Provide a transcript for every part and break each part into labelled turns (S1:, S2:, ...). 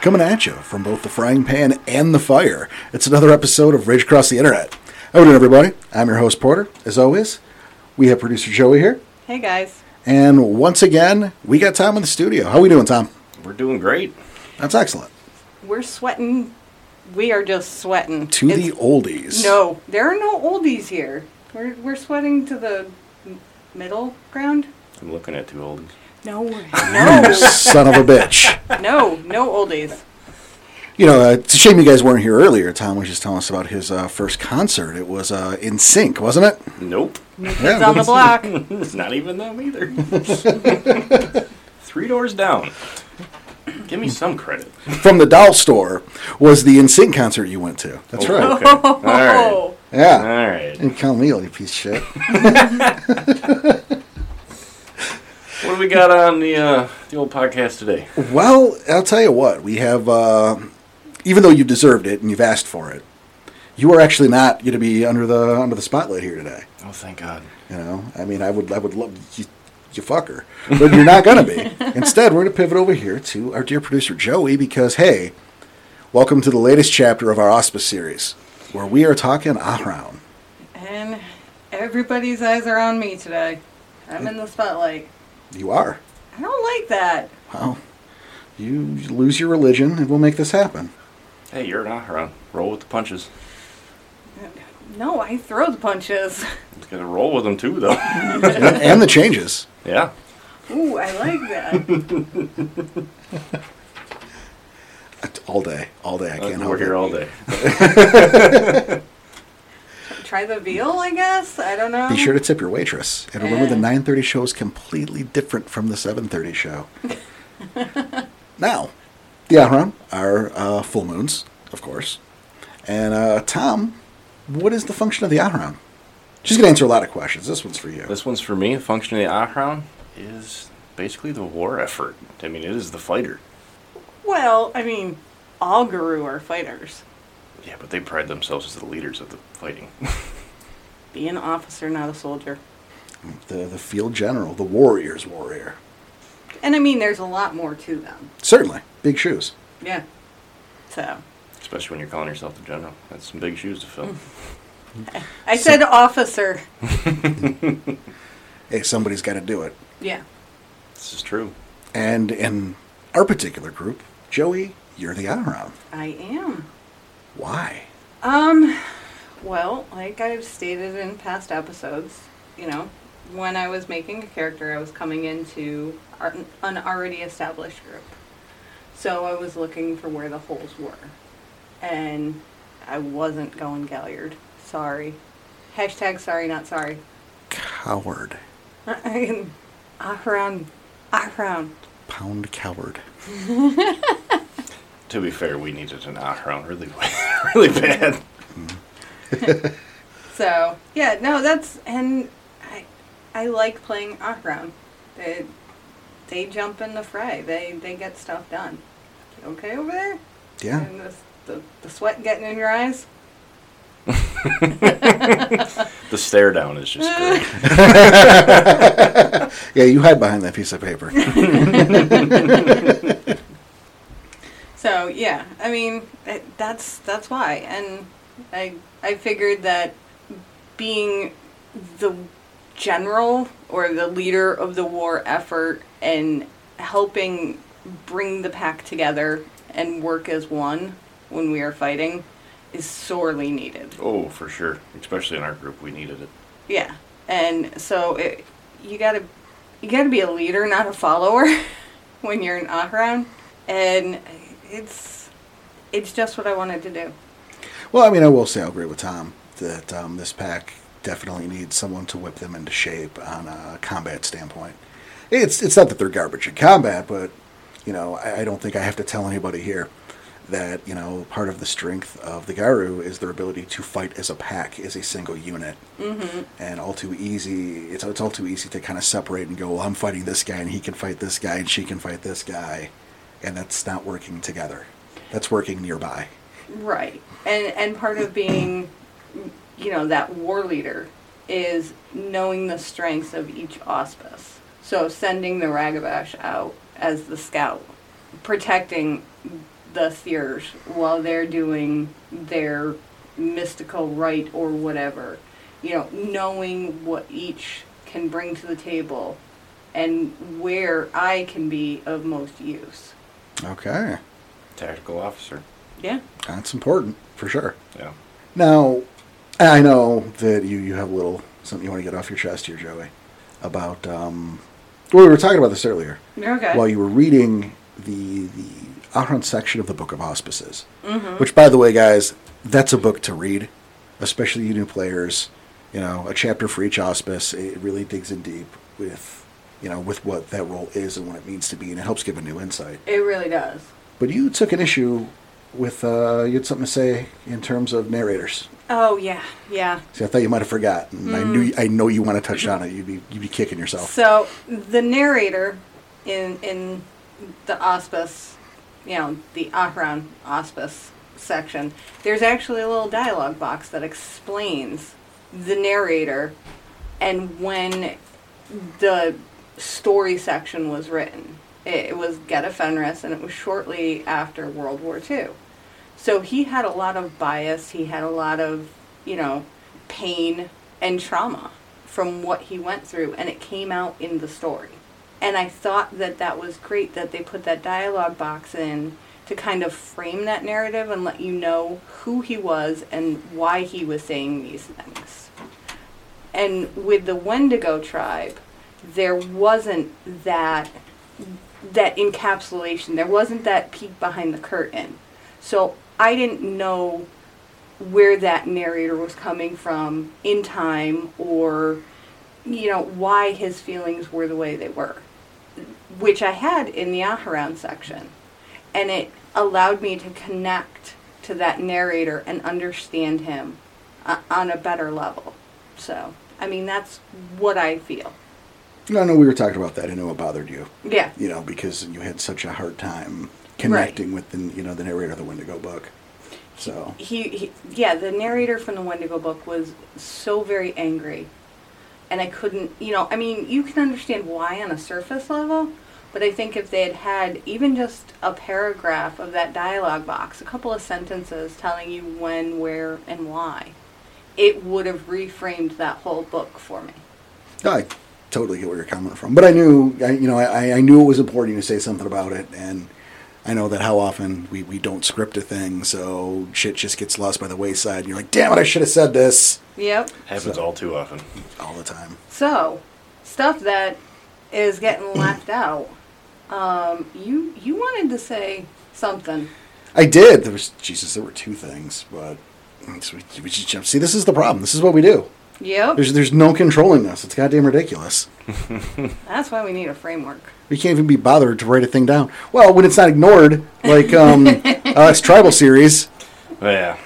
S1: coming at you from both the frying pan and the fire. It's another episode of Rage Across the Internet. How doing, everybody? I'm your host Porter. As always, we have producer Joey here,
S2: Hey guys.
S1: and once again, we got Tom in the studio. How we doing, Tom?
S3: We're doing great.
S1: That's excellent.
S2: We're sweating. We are just sweating.
S1: To the
S2: It's-
S1: oldies.
S2: No, there are no oldies here. We're, we're sweating to the m- middle ground.
S3: I'm looking at two oldies.
S2: No,
S1: You
S2: no,
S1: son of a bitch.
S2: no, no oldies.
S1: You know, uh, it's a shame you guys weren't here earlier. Tom was just telling us about his uh, first concert. It was uh, in sync, wasn't it?
S3: Nope.
S2: It's on the block.
S3: It's not even them either. Three doors down. Give me some credit.
S1: From the doll store was the in sync concert you went to. That's
S3: Oh,
S1: right.
S3: Okay. All right.
S2: Oh,
S1: Yeah.
S3: All right.
S1: And Cal Neal, you piece of shit.
S3: What do we got on the uh, the old podcast today?
S1: well, I'll tell you what. We have, uh, even though you deserved it and you've asked for it, you are actually not going to be under the under the spotlight here today.
S3: Oh, thank God.
S1: You know, I mean, I would I would love you, you fucker, but you're not going to be. Instead, we're going to pivot over here to our dear producer Joey because hey, welcome to the latest chapter of our Auspice series, where we are talking Ahraun.
S2: and everybody's eyes are on me today. I'm in the spotlight.
S1: You are.
S2: I don't like that.
S1: Well, you lose your religion, and we'll make this happen.
S3: Hey, you're an Aharon. Roll with the punches.
S2: No, I throw the punches.
S3: Just gotta roll with them too, though.
S1: and, and the changes.
S3: yeah.
S2: Ooh, I like that.
S1: All day, all day. I can't help
S3: We're here
S1: it.
S3: all day.
S2: Try the veal, I guess. I don't know.
S1: Be sure to tip your waitress, and remember the
S2: Yeah.
S1: 9:30 show is completely different from the 7:30 show. now, the Ahram are uh, full moons, of course. And uh, Tom, what is the function of the Ahram? She's gonna answer a lot of questions. This one's for you.
S3: This one's for me. Function of the Aharon is basically the war effort. I mean, it is the fighter.
S2: Well, I mean, all guru are fighters.
S3: Yeah, but they pride themselves as the leaders of the fighting.
S2: Be an officer, not a soldier.
S1: The the field general, the warrior's warrior.
S2: And I mean, there's a lot more to them.
S1: Certainly, big shoes.
S2: Yeah. So
S3: Especially when you're calling yourself the general. That's some big shoes to fill.
S2: Hmm. I said officer.
S1: Hey, somebody's got to do it.
S2: Yeah.
S3: this is true.
S1: And in our particular group, Joey, you're the Ahram.
S2: I am.
S1: Why?
S2: Um, well, like I've stated in past episodes, you know, when I was making a character, I was coming into ar- an already established group. So I was looking for where the holes were. And I wasn't going Galliard. Sorry. Hashtag sorry, not sorry.
S1: Coward.
S2: Ahram. Ahram.
S1: Pound coward.
S3: To be fair, we needed an Aharon really, really bad.
S2: So yeah, no, that's and I I like playing Akram. They they jump in the fray. They they get stuff done. You okay over there?
S1: Yeah.
S2: And the, the, the sweat getting in your eyes.
S3: The stare down is just great.
S1: Yeah, you hide behind that piece of paper.
S2: So yeah, I mean it, that's that's why. And I I figured that being the general or the leader of the war effort and helping bring the pack together and work as one when we are fighting is sorely needed.
S3: oh, for sure. Especially in our group, we needed it.
S2: Yeah. And so it, you got to you got to be a leader, not a follower when you're in Ahram. And it's it's just what I wanted to do.
S1: well, I mean, I will say I agree with Tom that um, this pack definitely needs someone to whip them into shape on a combat standpoint. It's it's not that they're garbage in combat, but you know, I, I don't think I have to tell anybody here that you know part of the strength of the Garu is their ability to fight as a pack, as a single unit. Mm-hmm. And all too easy, it's it's all too easy to kind of separate and go, well, I'm fighting this guy, and he can fight this guy, and she can fight this guy, and that's not working together. That's working nearby.
S2: Right. And and part of being you know that war leader is knowing the strengths of each auspice. So sending the Ragabash out as the scout, protecting the seers while they're doing their mystical rite or whatever. You know, knowing what each can bring to the table and where I can be of most use.
S1: Okay.
S3: Tactical officer.
S2: Yeah.
S1: That's important for sure.
S3: Yeah.
S1: Now, I know that you, you have a little something you want to get off your chest here, Joey, about. Um, we were talking about this earlier
S2: Okay.
S1: while you were reading the the Aharon section of the Book of Auspices, which, by the way, guys, that's a book to read, especially you new players. You know, a chapter for each auspice. It really digs in deep with you know with what that role is and what it means to be, and it helps give a new insight.
S2: it really does.
S1: But you took an issue with uh, you had something to say in terms of narrators.
S2: Oh yeah, yeah.
S1: See, I thought you might have forgotten. I knew, I know you want to touch on it. You'd be, you'd be kicking yourself.
S2: So the narrator in in the auspice, you know, the Akron auspice section, there's actually a little dialogue box that explains the narrator and when the story section was written. It, it was Geta Fenris, and it was shortly after World War II. So he had a lot of bias. He had a lot of, you know, pain and trauma from what he went through, and it came out in the story. And I thought that that was great that they put that dialogue box in to kind of frame that narrative and let you know who he was and why he was saying these things. And with the Wendigo tribe, there wasn't that that encapsulation. There wasn't that peek behind the curtain. So I didn't know where that narrator was coming from in time or, you know, why his feelings were the way they were, which I had in the Aharon section. And it allowed me to connect to that narrator and understand him uh, on a better level. So, I mean, that's what I feel.
S1: No, no, we were talking about that. I know it bothered you.
S2: Yeah.
S1: you know, because you had such a hard time connecting with the you know the narrator of the Wendigo book. So
S2: he, he yeah the narrator from the wendigo book was so very angry and i couldn't you know i mean you can understand why on a surface level but i think if they had had even just a paragraph of that dialogue box a couple of sentences telling you when where and why it would have reframed that whole book for me
S1: I totally get where you're coming from, but I knew I, you know I, I knew it was important to say something about it, and I know that how often we, we don't script a thing, so shit just gets lost by the wayside. And you're like, damn it, I should have said this
S2: yep
S3: Happens all too often.
S1: all the time.
S2: So, stuff that is getting left out. Um, you you wanted to say something.
S1: I did. There was Jesus. There were two things, but so we, we just jumped. See, this is the problem. This is what we do.
S2: Yep.
S1: There's there's no controlling us. It's goddamn ridiculous.
S2: That's why we need a framework.
S1: We can't even be bothered to write a thing down. Well, when it's not ignored, like um, uh, it's tribal series.
S3: Yeah.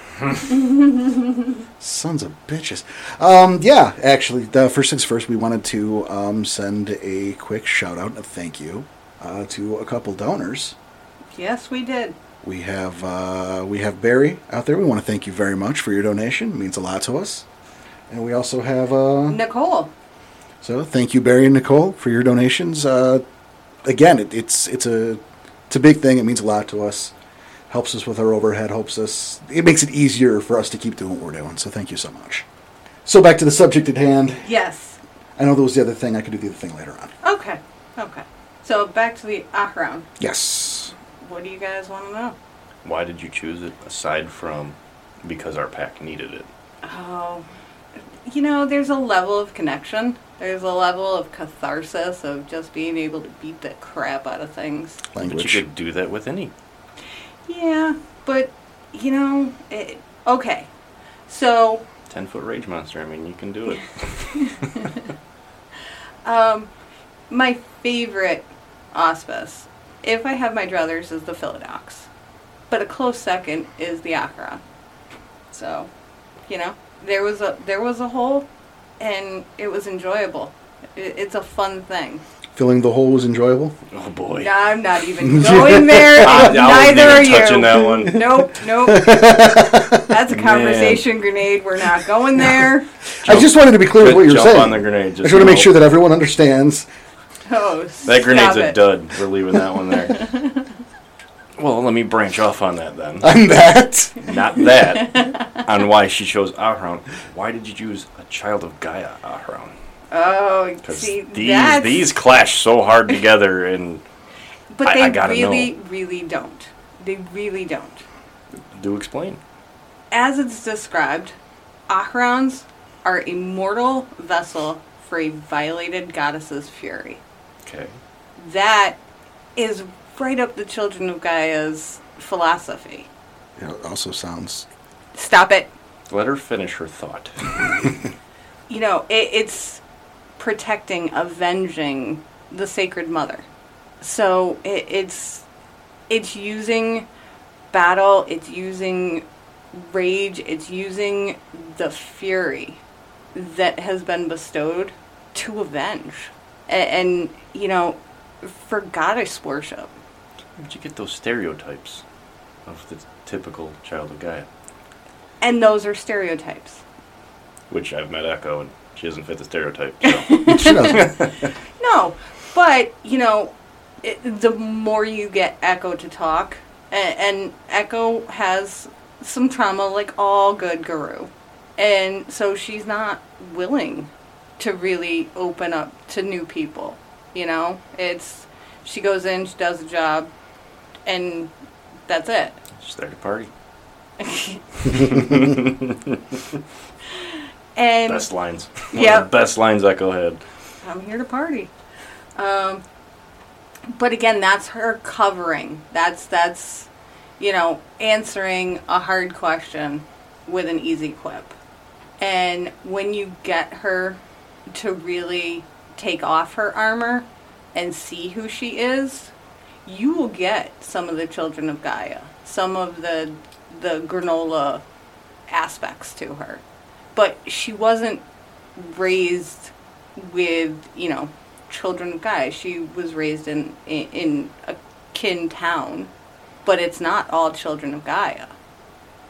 S1: Sons of bitches. Um, yeah, actually, the first things first, we wanted to um, send a quick shout out and a thank you uh, to a couple donors.
S2: Yes, we did.
S1: We have uh, we have Barry out there. We want to thank you very much for your donation. It means a lot to us. And we also have uh,
S2: Nicole.
S1: So thank you, Barry and Nicole, for your donations. Uh, again, it, it's it's a it's a big thing. It means a lot to us. Helps us with our overhead. Helps us. It makes it easier for us to keep doing what we're doing. So thank you so much. So back to the subject at hand.
S2: Yes.
S1: I know that was the other thing. I could do the other thing later on.
S2: Okay. Okay. So back to the Akron.
S1: Yes.
S2: What do you guys want to know?
S3: Why did you choose it aside from because our pack needed it?
S2: Oh, you know, there's a level of connection. There's a level of catharsis of just being able to beat the crap out of things.
S3: But
S1: Language.
S3: you could do that with any.
S2: Yeah, but you know, it, okay. So
S3: 10 foot rage monster. I mean, you can do it.
S2: Um, my favorite auspice, if I have my druthers, is the Philodox. But a close second is the Akron. So, you know, there was a there was a hole, and it was enjoyable. It, it's a fun thing.
S1: Filling the hole was enjoyable.
S3: oh, boy.
S2: No, I'm not even going there.
S3: I- I wasn't
S2: Neither
S3: even
S2: are you.
S3: touching that one.
S2: Nope, nope. That's a
S3: Man.
S2: conversation grenade. We're not going there.
S1: I just wanted to be clear with
S3: Good
S1: what you were
S3: jump
S1: saying.
S3: on the grenade.
S1: I just
S3: Just
S1: want to make
S3: roll.
S1: sure that everyone understands.
S2: Oh,
S3: That grenade's
S2: stop
S3: a
S2: it.
S3: dud. We're leaving that one there. Well, let me branch off on that then.
S1: on that.
S3: Not that. on why she chose Ahron. Why did you choose a child of Gaia, Ahron?
S2: Oh,
S3: Because
S2: see,
S3: these
S2: that's,
S3: these clash so hard together, and
S2: but
S3: I-
S2: they
S3: I gotta
S2: really,
S3: know.
S2: really don't. They really don't.
S3: do explain.
S2: As it's described, Ahrons are a mortal vessel for a violated goddess's fury.
S3: Okay.
S2: That is right up the children of Gaia's philosophy.
S1: It also sounds
S2: Stop it.
S3: Let her finish her thought.
S2: You know, it, it's protecting, avenging the sacred mother. So it, it's it's using battle, it's using rage, it's using the fury that has been bestowed to avenge, and, and you know, for goddess worship.
S3: Where'd you get those stereotypes of the typical child of Gaia?
S2: And those are stereotypes.
S3: Which I've met Echo, and she doesn't fit the stereotype. So.
S1: she doesn't.
S2: No, but you know, it, the more you get Echo to talk, and, and Echo has some trauma, like all good guru, and so she's not willing to really open up to new people. You know, it's she goes in, she does a job, and that's it.
S3: She's there to party.
S2: And
S3: Best lines. Yeah.
S2: Yep.
S3: The best lines Echo had.
S2: I'm here to party. Um, but again, that's her covering. That's that's you know answering a hard question with an easy quip. And when you get her to really take off her armor and see who she is, you will get some of the children of Gaia, some of the the granola aspects to her. But she wasn't raised with, you know, children of Gaia. She was raised in, in in a kin town, but it's not all children of Gaia.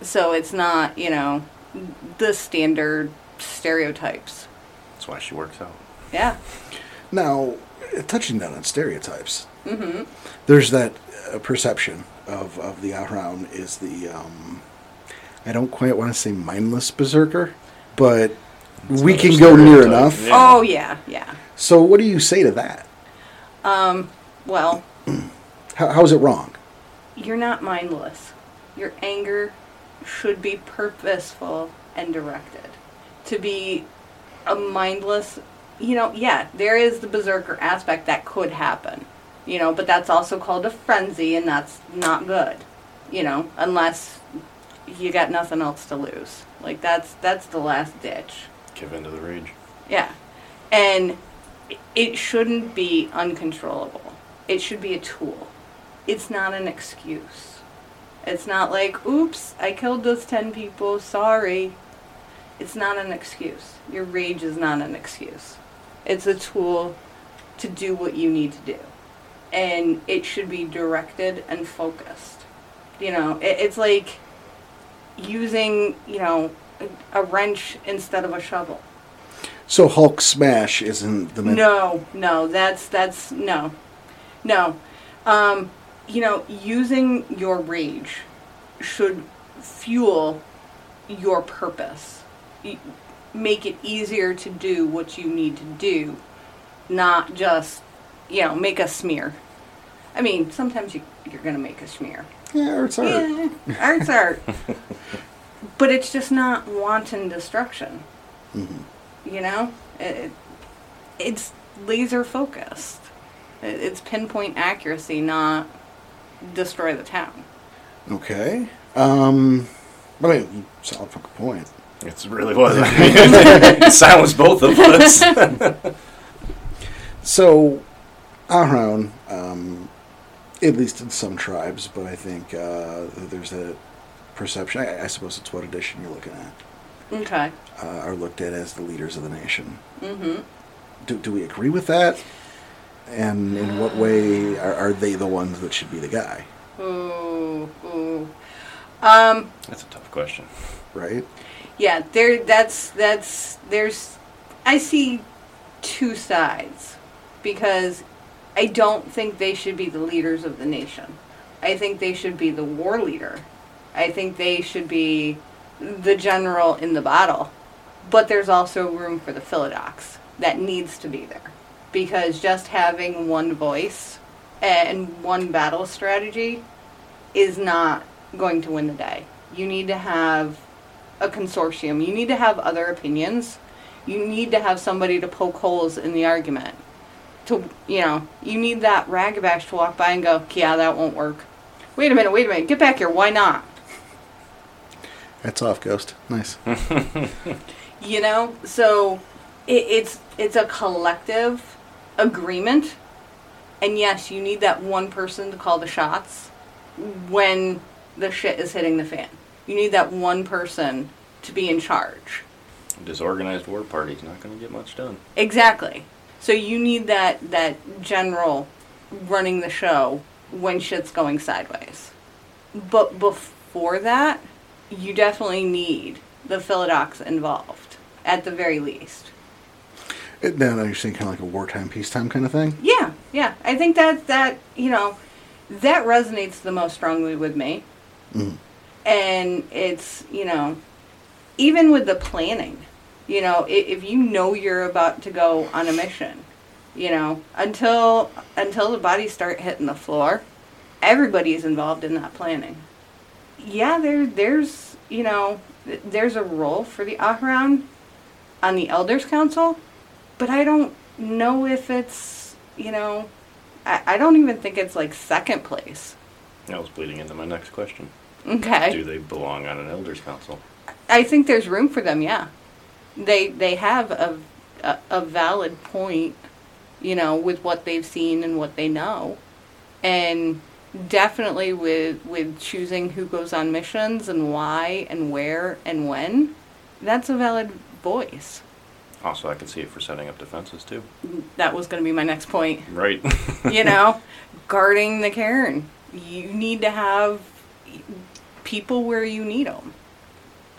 S2: So it's not, you know, the standard stereotypes.
S3: That's why she works out.
S2: Yeah.
S1: Now, touching down on stereotypes, mm-hmm. there's that uh, perception of, of the Ahraun is the, um, I don't quite want to say mindless berserker, but we
S3: another
S1: can go near
S3: stereotype,
S1: enough.
S3: yeah.
S2: Oh yeah, yeah.
S1: So, what do you say to that?
S2: Well,
S1: How, how is it wrong?
S2: you're not mindless. Your anger should be purposeful and directed. To be a mindless, you know, yeah, there is the berserker aspect that could happen, you know, but that's also called a frenzy, and that's not good, you know, unless you got nothing else to lose. Like that's that's the last ditch.
S3: Give in to the rage.
S2: Yeah. And i- it shouldn't be uncontrollable. It should be a tool. It's not an excuse. It's not like, oops, I killed those 10 people, sorry. It's not an excuse. Your rage is not an excuse. It's a tool to do what you need to do. And it should be directed and focused. You know, it, it's like using, you know, a- a wrench instead of a shovel.
S1: So, Hulk smash isn't the min-
S2: No, no, that's that's no, no. Um, you know, using your rage should fuel your purpose. Y- Make it easier to do what you need to do, not just you know make a smear. I mean, sometimes you you're gonna make a smear.
S1: Yeah, or it's art.
S2: Yeah, art's art. but it's just not wanton destruction. You know, it, it- it's laser focused. It, it's pinpoint accuracy, not destroy the town.
S1: Okay. Um, I mean, solid fucking point.
S3: It really was. It silenced both of us.
S1: So, Aharon, um, at least in some tribes, but I think uh, there's a perception. I, I suppose it's what edition you're looking at.
S2: Okay.
S1: Uh, are looked at as the leaders of the nation.
S2: Mm-hmm.
S1: Do, do we agree with that? And in what way are, are they the ones that should be the guy?
S2: Ooh, ooh. Um,
S3: That's a tough question.
S1: Right?
S2: yeah, there. That's that's there's. I see two sides because I don't think they should be the leaders of the nation. I think they should be the war leader. I think they should be the general in the battle. But there's also room for the philodox that needs to be there. Because just having one voice and one battle strategy is not going to win the day. You need to have a consortium, you need to have other opinions, you need to have somebody to poke holes in the argument. To, you know, you need that ragabash to walk by and go, yeah, that won't work. Wait a minute, wait a minute, get back here, why not?
S1: That's off, Ghost. Nice.
S2: you know so it, it's it's a collective agreement and yes you need that one person to call the shots when the shit is hitting the fan you need that one person to be in charge
S3: Disorganized war party's not going to get much done.
S2: exactly so you need that that general running the show when shit's going sideways but before that you definitely need the philodox involved at the very least
S1: It- Now that you're saying kind of like a wartime, peacetime kind of thing.
S2: Yeah, yeah. I think that that you know that resonates the most strongly with me,
S1: Mhm.
S2: and it's you know even with the planning, you know i- if you know you're about to go on a mission, you know until until the bodies start hitting the floor, everybody's involved in that planning. Yeah, there there's you know th- there's a role for the Aharon on the Elders Council but I don't know if it's you know I, I don't even think it's like second place.
S3: That was bleeding into my next question. Do
S2: Okay.
S3: they belong on an elders council?
S2: I think there's room for them, yeah. They they have a a, a valid point, you know, with what they've seen and what they know. And definitely with with choosing who goes on missions and why and where and when, that's a valid voice.
S3: Also, I can see it for setting up defenses too.
S2: That was going to be my next point.
S3: Right.
S2: you know, guarding the cairn. You need to have people where you need them.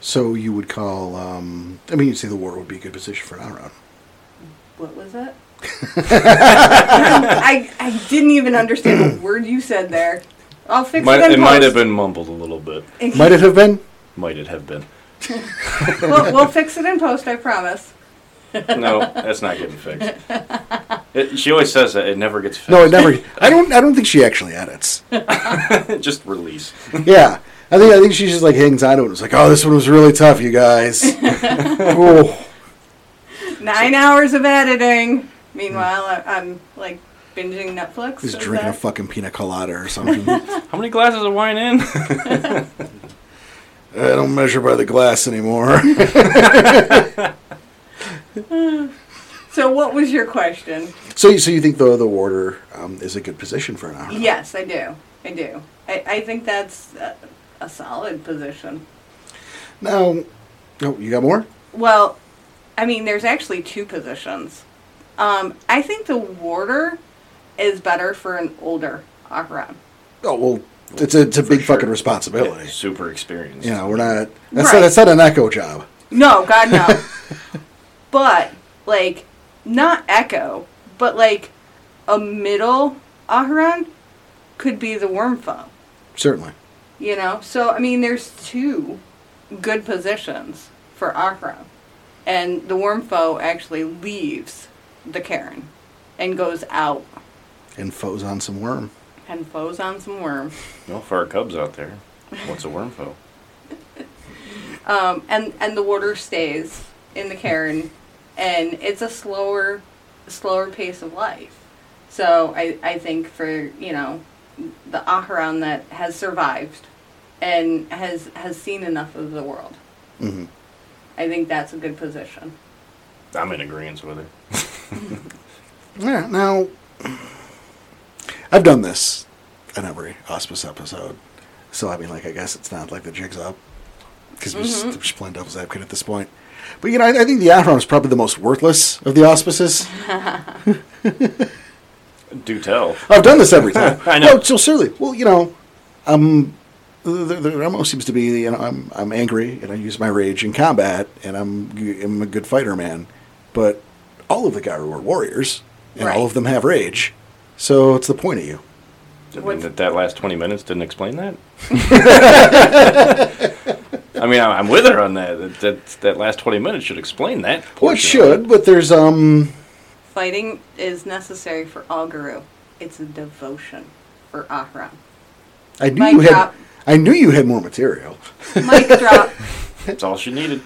S1: So you would call. Um, I mean, you'd say the war would be a good position for an Aron.
S2: What was that? I, I didn't even understand a word you said there. I'll fix
S3: might,
S2: it.
S3: it might have been mumbled a little bit.
S2: been.
S1: Might it have been?
S3: Might it have been?
S2: we'll, we'll fix it in post. I promise.
S3: No, that's not getting fixed. It, she always says that it never gets fixed.
S1: No, it never. I don't. I don't think she actually edits.
S3: Just release.
S1: Yeah, I think. I think she just like hangs on to it. It's like, oh, this one was really tough, you guys. oh,
S2: Nine hours of editing. Meanwhile, I, I'm like binging Netflix.
S1: he's
S2: Is
S1: drinking a
S2: that-
S1: fucking pina colada or something. I
S3: How many glasses of wine in?
S1: don't measure by the glass anymore.
S2: so, what was your question?
S1: so, you- so you think the the warder um, is a good position for an Aron?
S2: Yes, I do. I do. I, I think that's a, a solid position.
S1: No. No, oh, you got more?
S2: Well, I mean, there's actually two positions. Um, I think the warder is better for an older Aharon.
S1: Oh well, it's a it's a
S3: For
S1: big
S3: sure.
S1: fucking responsibility.
S3: Yeah, super experienced.
S1: You know, we're not. That's
S2: Right.
S1: not. That's not an echo job.
S2: No, God no. but like, not Echo, but like a middle Aharon could be the worm foe.
S1: Certainly.
S2: You know, so I mean, there's two good positions for Akram, and the worm foe actually leaves the Karen and goes out
S1: And foes on some worm.
S2: and foes on some worm.
S3: Well, for our cubs out there, what's a worm foe?
S2: Um, and and the water stays in the cairn, and it's a slower, slower pace of life. So I I think for you know the Aharon that has survived, and has has seen enough of the world.
S1: hmm
S2: I think that's a good position.
S3: I'm in agreement with her.
S1: Yeah. Now, I've done this in every auspice episode, so I mean, like, I guess it's not like the jig's up because we're,
S3: Mm-hmm.
S1: just, we're just playing devil's advocate at this point. But you know, I, I think the Acheron is probably the most worthless of the auspices.
S3: Do tell.
S1: I've done this every time.
S3: I know.
S1: No, so seriously, well, you know, um, there, there almost seems to be, you know, I'm I'm angry and I use my rage in combat and I'm I'm a good fighter man, but all of the Garu are warriors and
S2: Right.
S1: all of them have rage, so it's the point of you.
S3: I mean,
S2: What's-
S3: that, that last 20 minutes didn't explain that. I mean, I- I'm with her on that. That, that. that last 20 minutes should explain that.
S1: Well, it
S3: portion of
S1: should, but there's um
S2: Fighting is necessary for all guru. It's a devotion for Ahram.
S1: I knew
S2: Mic
S1: you had
S2: drop.
S1: I knew you had more material.
S2: Mic drop.
S3: That's all she needed.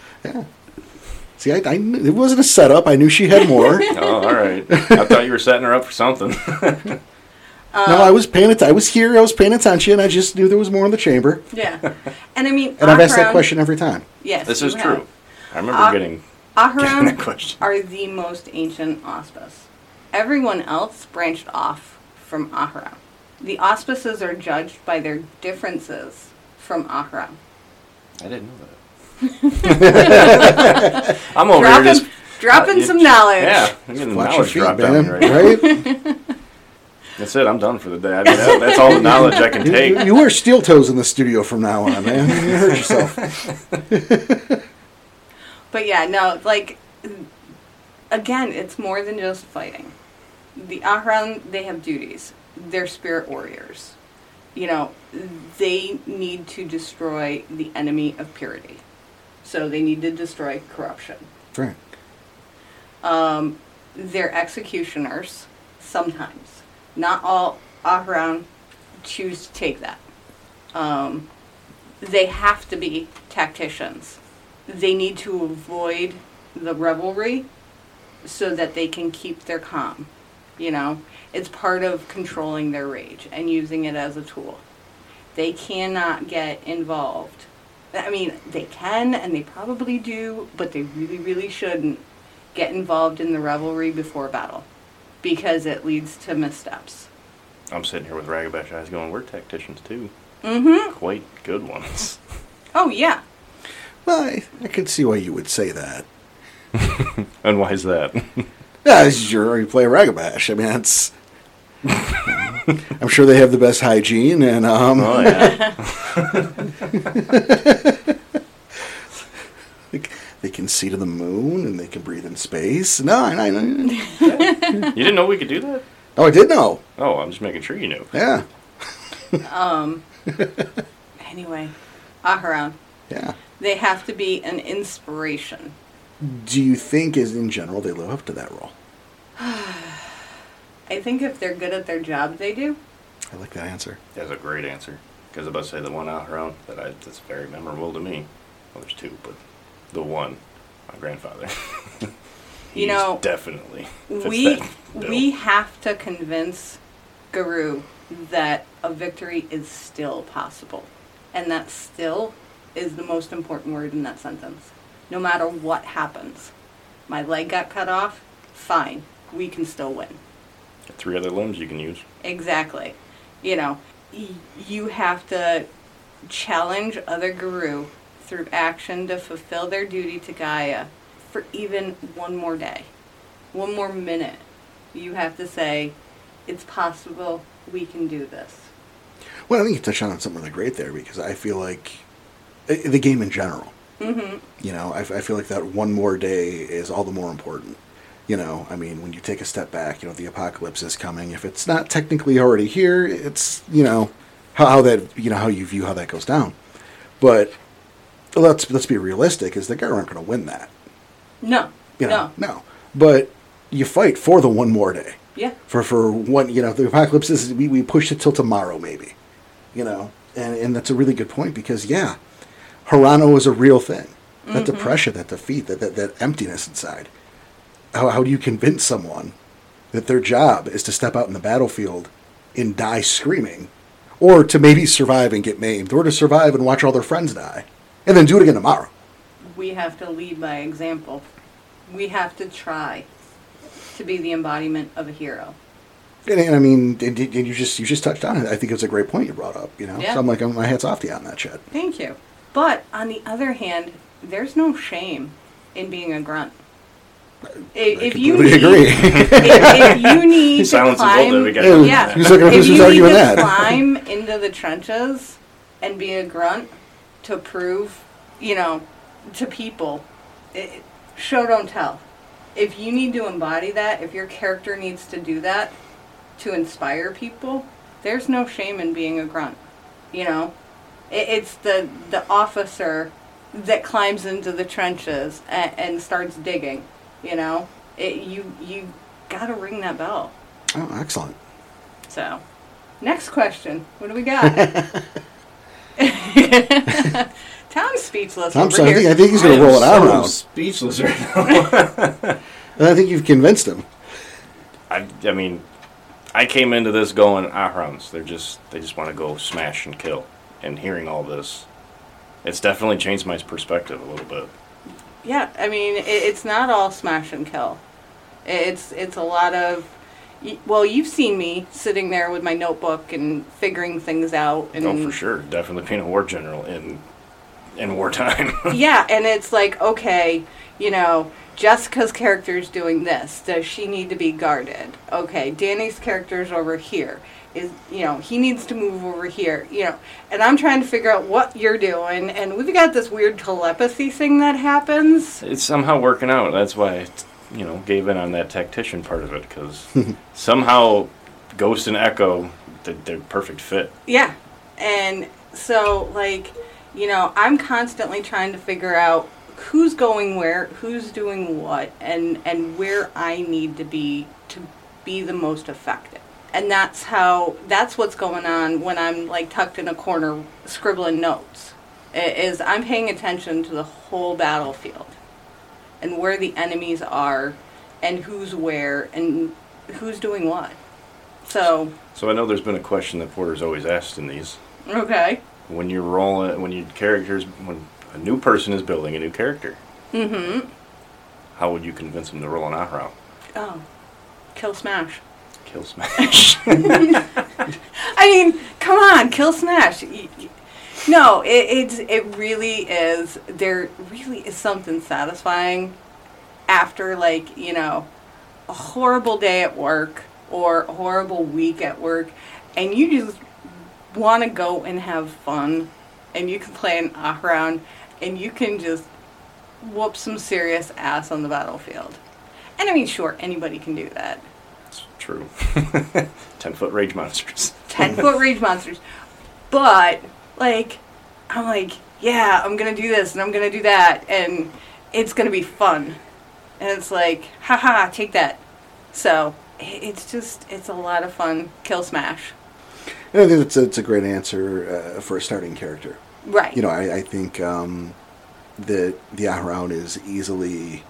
S1: See, I, I kn- it wasn't a setup. I knew she had more.
S3: Oh, all right. I thought you were setting her up for something.
S1: no,
S2: Um,
S1: I was paying it. I was here. I was paying attention. I just knew there was more in the chamber,
S2: Yeah. And I mean,
S1: and I've asked that
S2: Ahram-
S1: question every time.
S2: Yes,
S3: this is
S2: you have.
S3: true. I remember
S2: Uh,
S3: getting getting that
S2: Ahram
S3: question.
S2: are the most ancient auspice. Everyone else branched off from Ahram. The auspices are judged by their differences from Ahram.
S3: I didn't know that. I'm over
S2: Dropping,
S3: here just.
S2: dropping
S3: uh,
S2: some knowledge.
S3: Yeah, I'm getting
S1: Watch your
S3: knowledge
S1: feet,
S3: dropped on
S1: man.
S3: me right now.
S1: right?
S3: That's it. I'm done for the day. I mean, that, that's all the knowledge I can
S1: You- you,
S3: take.
S1: you wear steel toes in the studio from now on, man. You hurt yourself.
S2: But yeah, no, like again, it's more than just fighting. The Ahram, they have duties. They're spirit warriors. You know, they need to destroy the enemy of purity. So they need to destroy corruption.
S1: Right.
S2: Um, they're executioners sometimes. Not all Ahram choose to take that. Um, they have to be tacticians. They need to avoid the revelry so that they can keep their calm. You know, it's part of controlling their rage and using it as a tool. They cannot get involved. I mean, they can and they probably do, but they really, really shouldn't get involved in the revelry before battle because it leads to missteps.
S3: I'm sitting here with Ragabash eyes going, we're tacticians too.
S2: Mm hmm.
S3: Quite good ones.
S2: Oh, yeah.
S1: Well, I, I could see why you would say that.
S3: And why is that?
S1: Yeah, it's sure you play ragabash. I mean, it's. I'm sure they have the best hygiene, and um,
S3: oh, yeah.
S1: they can see to the moon, and they can breathe in space. No, I, I,
S3: You didn't know we could do that?
S1: oh, I did know.
S3: Oh, I'm just making sure you knew.
S1: Yeah,
S2: Um, anyway, Aharon.
S1: yeah.
S2: They have to be an inspiration.
S1: Do you think, as in general, they live up to that role?
S2: I think if they're good at their job, they do.
S1: I like that answer.
S3: That's a great answer. Because I'm about to say the one out around that I, that's very memorable to me. Well, there's two, but the one, my grandfather.
S2: You
S3: He's
S2: know,
S3: definitely fits
S2: we
S3: that bill.
S2: we have to convince Guru that a victory is still possible, and that still is the most important word in that sentence. No matter what happens, my leg got cut off. Fine, we can still win.
S3: three other limbs you can use.
S2: Exactly. You know, y- you have to challenge other guru through action to fulfill their duty to Gaia for even one more day, one more minute. You have to say, it's possible, we can do this.
S1: Well, I think you touched on something really great there because I feel like uh, the game in general. Mm-hmm. You know, I, I feel like that one more day is all the more important. You know, I mean, when you take a step back, you know, the apocalypse is coming. If it's not technically already here, it's you know how, how that you know how you view how that goes down. But let's let's be realistic: is the guy aren't going to win that?
S2: No,
S1: You know,
S2: no,
S1: no. But you fight for the one more day
S2: yeah,
S1: for for one you know the apocalypse is we, we pushed it till tomorrow maybe you know and and that's a really good point because yeah hirano is a real thing that depression that defeat that, that that emptiness inside how, how do you convince someone that their job is to step out in the battlefield and die screaming or to maybe survive and get maimed or to survive and watch all their friends die and then do it again tomorrow
S2: we have to lead by example. We have to try to be the embodiment of a hero.
S1: And, and I mean, and, and you just you just touched on it. I think it was a great point you brought up. You know,
S2: Yeah.
S1: so I'm like, I'm, my hat's off to you on that shit.
S2: Thank you. But on the other hand, there's no shame in being a grunt. If,
S1: I
S2: if you need,
S1: completely agree.
S2: if, if you need to
S3: Silence is
S2: climb,
S3: golden, we get
S1: Yeah,
S3: it.
S2: yeah,
S1: Who's looking at
S2: if
S1: who's
S2: you need
S1: arguing
S2: to
S1: that?
S2: climb into the trenches and be a grunt to prove, you know, to people, it, show don't tell. If you need to embody that, if your character needs to do that to inspire people, there's no shame in being a grunt. You know, it, it's the the officer that climbs into the trenches and, and starts digging. You know, it, you you gotta ring that bell.
S1: Oh, excellent.
S2: So, next question. What do we got? Tom's speechless
S1: Tom,
S2: over
S1: so I
S2: here.
S1: think, I think he's going
S3: I
S1: to
S3: am
S1: roll it out
S3: so
S1: around.
S3: Speechless right now.
S1: And I think you've convinced him.
S3: I, I mean, I came into this going Ahrams. They're just they just want to go smash and kill. And hearing all this, it's definitely changed my perspective a little bit.
S2: Yeah, I mean, it, it's not all smash and kill. I- It's it's a lot of. y- Well, you've seen me sitting there with my notebook and figuring things out. And
S3: Oh, for sure, definitely being a war general in in wartime.
S2: yeah, and it's like, okay, you know, Jessica's character's doing this. Does she need to be guarded? Okay, Danny's character's over here. Is you know, he needs to move over here, you know. And I'm trying to figure out what you're doing and we've got this weird telepathy thing that happens.
S3: it's somehow working out. That's why I, you know, gave in on that tactician part of it because somehow Ghost and Echo, they- they're perfect fit.
S2: Yeah. And so, like, you know, I'm constantly trying to figure out who's going where, who's doing what, and and where I need to be to be the most effective. And that's how that's what's going on when I'm like tucked in a corner scribbling notes. i- Is I'm paying attention to the whole battlefield and where the enemies are and who's where and who's doing what. So,
S3: So I know there's been a question that Porter's always asked in these.
S2: okay.
S3: when you roll it when your characters when a new person is building a new character mm-hmm how would you convince them to roll an ahram
S2: Oh, kill smash.
S3: kill smash
S2: I mean, come on, kill smash. Y- y- No, it, it's it really is. There really is something satisfying after like you know a horrible day at work or a horrible week at work, and you just want to go and have fun, and you can play an ahram, and you can just whoop some serious ass on the battlefield. And I mean, sure, anybody can do that.
S3: it's true 10 foot rage monsters
S2: 10 foot rage monsters. But, like, I'm like, yeah, I'm gonna do this and I'm gonna do that and it's gonna be fun. And it's like, haha, take that. So, i- it's just, it's a lot of fun. Kill Smash.
S1: And I think that's a, it's a great answer uh, for a starting character.
S2: Right.
S1: You know, I, I think um, the the Aharon is easily,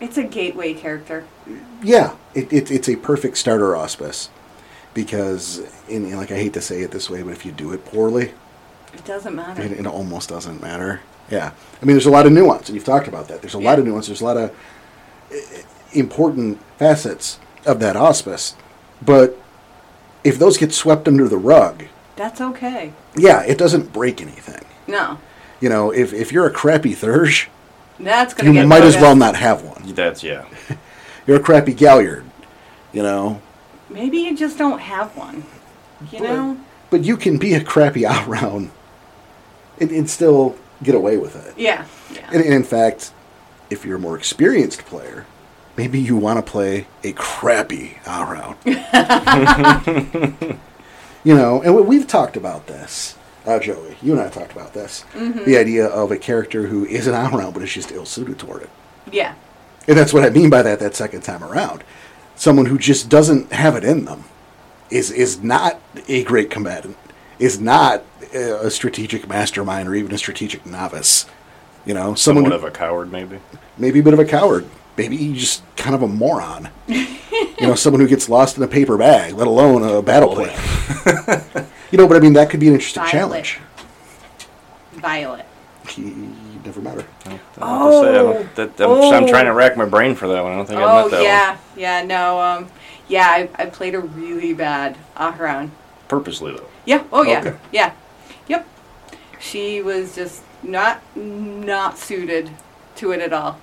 S2: it's a gateway character.
S1: yeah, it, it, it's a perfect starter auspice because, in, in- like I hate to say it this way, but if you do it poorly,
S2: It doesn't matter.
S1: it, it almost doesn't matter. Yeah, I mean, there's a lot of nuance, and you've talked about that. There's a lot of
S2: Yeah.
S1: nuance. There's a lot of uh, important facets of that auspice, but if those get swept under the rug,
S2: That's okay.
S1: yeah, it doesn't break anything.
S2: No.
S1: You know, if, if you're a crappy Thurge,
S2: That's gonna
S1: you
S2: get
S1: might as
S2: noticed.
S1: well not have one.
S3: that's yeah
S1: You're a crappy Galliard, you know.
S2: Maybe you just don't have one. You
S1: But-
S2: know?
S1: But you can be a crappy out round and, and still get away with it.
S2: Yeah. Yeah.
S1: And, and in fact, if you're a more experienced player, maybe you want to play a crappy out round. you know, and we- we've talked about this. Uh, Joey, you and I talked about this. The idea of a character who is an out round but is just ill suited toward it.
S2: yeah.
S1: And that's what I mean by that that second time around. Someone who just doesn't have it in them is is not a great combatant, is not uh, a strategic mastermind or even a strategic novice. You know, someone
S3: somewhat
S1: who-
S3: of a coward maybe
S1: maybe a bit of a coward, maybe just kind of a moron. you know, someone who gets lost in a paper bag, let alone a battle plan. you know, but I mean that could be an interesting
S2: Violet.
S1: challenge.
S2: Violet.
S1: You never matter.
S3: I have to say, I don't-
S2: Oh.
S3: that, I'm, so I'm
S2: Oh.
S3: trying to rack my brain for that one i don't think i met
S2: oh
S3: that
S2: yeah,
S3: one
S2: yeah, no, um, yeah, I, I played a really bad Ahran.
S3: purposely though
S2: Yeah, oh yeah,
S3: Okay.
S2: yeah, yep. She was just not not suited to it at all,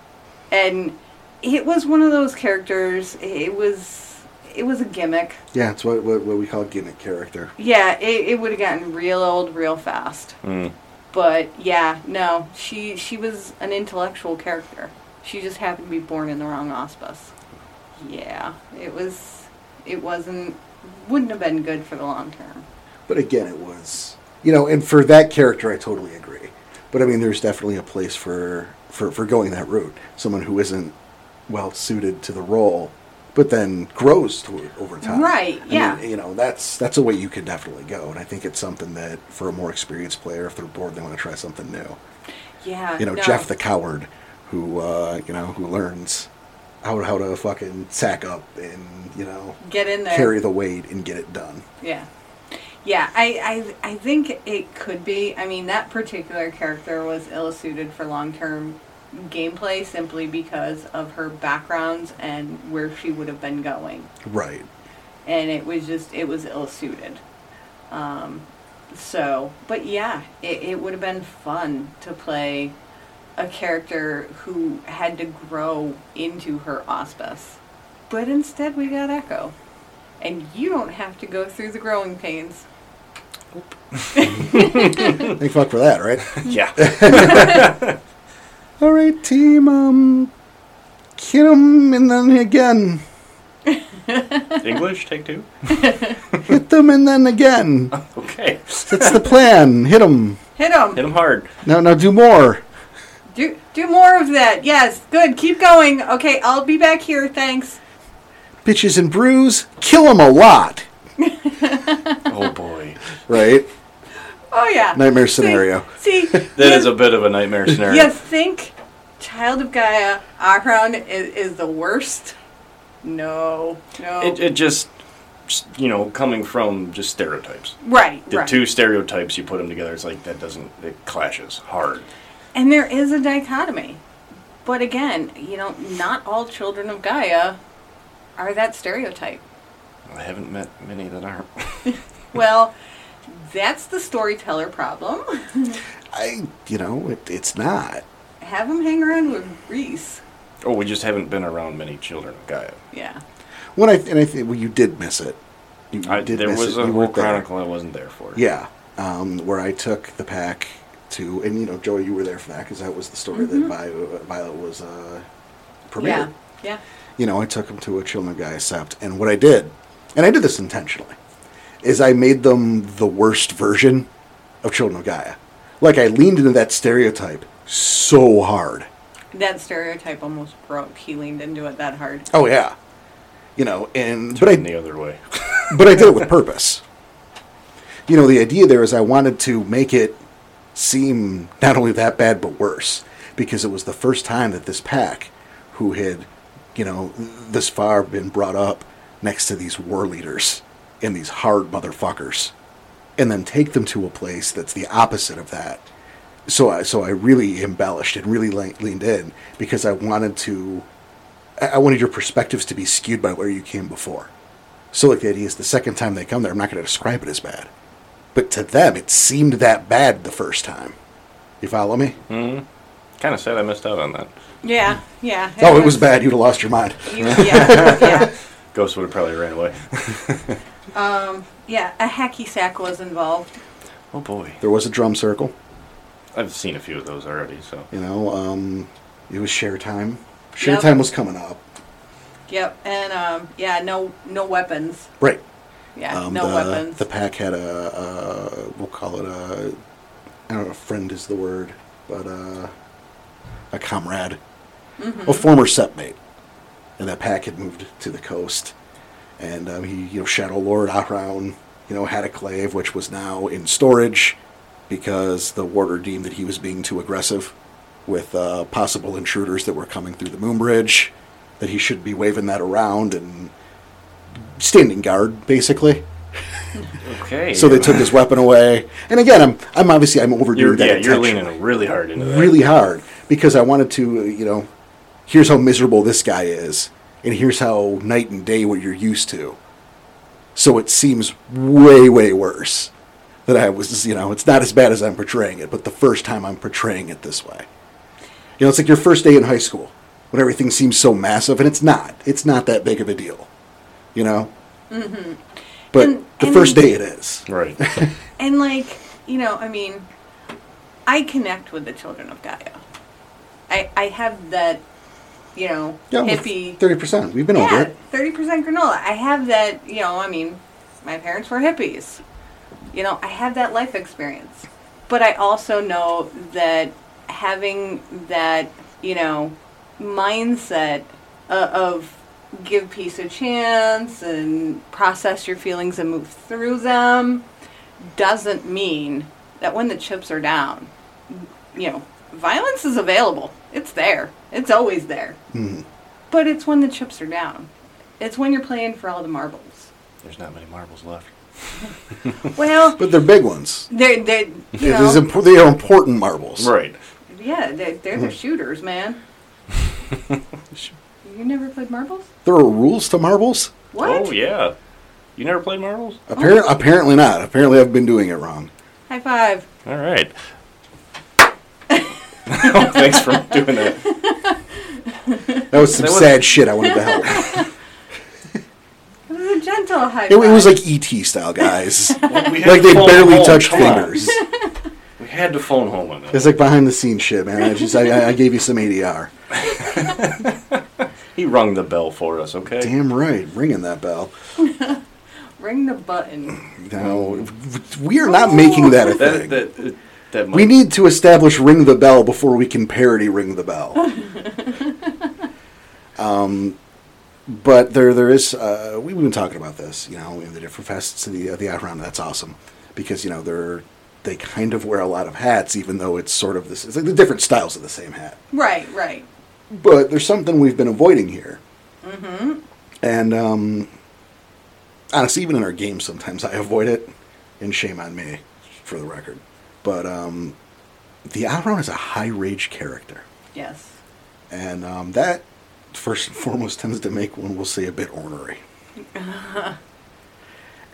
S2: and it was one of those characters. It was it was a gimmick.
S1: Yeah, it's what what, what we call gimmick character.
S2: Yeah, it, it would have gotten real old real fast.
S3: mm.
S2: But yeah, no, she she was an intellectual character. She just happened to be born in the wrong auspice. Yeah, it was it wasn't wouldn't have been good for the long term.
S1: But again, it was you know, and for that character, I totally agree. But I mean, there's definitely a place for for for going that route. Someone who isn't well suited to the role, but then grows to it over time.
S2: Right,
S1: I
S2: yeah.
S1: Mean, you know, that's that's a way you could definitely go, and I think it's something that for a more experienced player, if they're bored, they want to try something new.
S2: Yeah.
S1: You know,
S2: Uh, no.
S1: Jeff the coward, who uh, you know who learns how how to fucking sack up and you know
S2: Get in there.
S1: carry the weight and get it done.
S2: Yeah. Yeah, I, I I think it could be. I mean, that particular character was ill suited for long term gameplay simply because of her backgrounds and where she would have been going,
S1: Right.
S2: and it was just it was ill suited. Um, so, but yeah, it, it would have been fun to play a character who had to grow into her auspice, but instead we got Echo, and you don't have to go through the growing pains.
S1: Thank fuck for that, right?
S3: yeah.
S1: All right, team. Um, hit them and then again.
S3: English, take two.
S1: Hit them and then again.
S3: Okay.
S1: That's the plan. Hit them.
S2: Hit him.
S3: Hit him hard.
S1: Now, now do more.
S2: Do do more of that. Yes, good. Keep going. Okay, I'll be back here. Thanks.
S1: Bitches and brews. Kill them a lot.
S3: Oh boy.
S1: Right?
S2: Oh yeah.
S1: Nightmare
S2: See-
S1: scenario.
S2: See,
S3: That
S2: you-
S3: is a bit of a nightmare scenario.
S2: You think Child of Gaia Aron is, is the worst? No, no.
S3: It, it just, just, you know, coming from just stereotypes.
S2: right,
S3: The
S2: right.
S3: two stereotypes you put them together, it's like that doesn't it clashes hard.
S2: and there is a dichotomy, but again, you know, not all children of Gaia are that stereotype.
S3: I haven't met many that aren't.
S2: Well, that's the storyteller problem.
S1: I, you know, it, it's not.
S2: Have them hang around with Reese.
S3: oh, we just haven't been around many children of Gaia.
S2: Yeah.
S1: When I and I think well, you did miss it. You
S3: I,
S1: did
S3: there
S1: miss
S3: was
S1: it.
S3: a
S1: You
S3: whole
S1: weren't there.
S3: chronicle I wasn't there for.
S1: Yeah, um, where I took the pack to, and you know, Joey, you were there for that because that was the story that Violet, Violet was uh, premiered.
S2: Yeah. Yeah.
S1: you know, I took them to a Children of Gaia sept, and what I did, and I did this intentionally, is I made them the worst version of Children of Gaia. Like I leaned into that stereotype so hard.
S2: That stereotype almost broke. He leaned into it that hard.
S1: Oh yeah, you know, and but
S3: But
S1: I
S3: the other way.
S1: but I did it with purpose. You know, the idea there is I wanted to make it seem not only that bad but worse because it was the first time that this pack, who had, you know, this far been brought up next to these war leaders and these hard motherfuckers, and then take them to a place that's the opposite of that. So I so I really embellished and really le- leaned in because I wanted to, I I wanted your perspectives to be skewed by where you came before. So like the idea is the second time they come there, I'm not going to describe it as bad, but to them it seemed that bad the first time. You follow me?
S3: kind of sad I missed out on that.
S2: Yeah, yeah.
S1: Oh, it was bad. You'd have lost your mind.
S2: You- yeah, yeah.
S3: Ghost would have probably ran away.
S2: Um, yeah, a hacky sack was involved.
S3: oh boy.
S1: There was a drum circle.
S3: I've seen a few of those already, so.
S1: You know, um, it was share time. Share
S2: Yep.
S1: time was coming up.
S2: Yep, and um, yeah, no, no weapons.
S1: Right.
S2: Yeah,
S1: um,
S2: no
S1: the,
S2: weapons.
S1: The pack had a, a we'll call it a I don't know if friend is the word, but uh a comrade,
S2: Mm-hmm.
S1: a former setmate, and that pack had moved to the coast, and um, he you know Shadow Lord Ahraun you know had a clave which was now in storage because the warder deemed that he was being too aggressive with uh, possible intruders that were coming through the moon bridge that he should be waving that around and standing guard basically
S3: Okay.
S1: so they took his weapon away. And again, I'm I'm obviously I'm overdoing
S3: You're,
S1: that
S3: yeah, you're
S1: intentionally.
S3: leaning really hard into that.
S1: really hard because I wanted to, uh, you know, here's how miserable this guy is, and here's how night and day what you're used to. So it seems way way worse that I was, you know, it's not as bad as I'm portraying it, but the first time I'm portraying it this way. You know, it's like your first day in high school when everything seems so massive, and it's not. It's not that big of a deal, you know.
S3: Mm-hmm.
S1: But
S2: And-
S1: the
S2: and-
S1: first day it is.
S3: Right.
S2: and like, you know, I mean, I connect with the children of Gaia. I, I have that, you know, hippie
S1: Thirty percent. We've been over
S2: Yeah,
S1: it.
S2: thirty percent granola. I have that. You know, I mean, my parents were hippies. You know, I have that life experience. But I also know that having that, you know, mindset uh, of give peace a chance and process your feelings and move through them doesn't mean that when the chips are down, you know, violence is available. It's there. It's always there.
S1: Mhm.
S2: But it's when the chips are down. It's when you're playing for all the marbles.
S3: There's not many marbles left.
S2: Well,
S1: But they're big ones.
S2: they're, they're you
S1: It is
S2: know,
S1: imp- they are important marbles.
S3: Right.
S2: yeah, they're, they're
S1: Hmm.
S2: the shooters, man. You never played marbles?
S1: There are rules to marbles?
S2: What?
S3: Oh yeah. You never played marbles?
S2: Oh.
S1: Appar- Apparently not. Apparently I've been doing it wrong.
S2: High five.
S3: All right. Oh, Thanks for doing that.
S1: That was some
S3: That was-
S1: sad shit I wanted to help.
S2: It was a gentle high
S1: It,
S2: five.
S1: it was like ET style guys.
S3: Like, we had
S1: like
S3: to
S1: they
S3: phone
S1: barely
S3: home,
S1: touched
S3: come on.
S1: fingers.
S3: We had to phone home on that.
S1: It's like behind the scenes shit, man. I just I, I- I gave you some ADR.
S3: He rung the bell for us. Okay.
S1: Damn right, ringing that bell.
S2: Ring the button.
S1: No, we are not making that a
S3: Mm-hmm. That
S1: thing.
S3: that that
S1: we
S3: might-
S1: need to establish ring the bell before we can parody ring the bell. um, but there there is uh, we've been talking about this, you know, in the different facets of the of the Outrun. That's awesome because you know they're they kind of wear a lot of hats, even though it's sort of this. It's like the different styles of the same hat.
S2: Right, right.
S1: but there's something we've been avoiding here. Mm-hmm. And um, honestly, even in our games, sometimes I avoid it, and shame on me, for the record. But um, the Outrun is a high rage character,
S2: Yes.
S1: and um, that first and foremost tends to make one, we'll say, a bit ornery.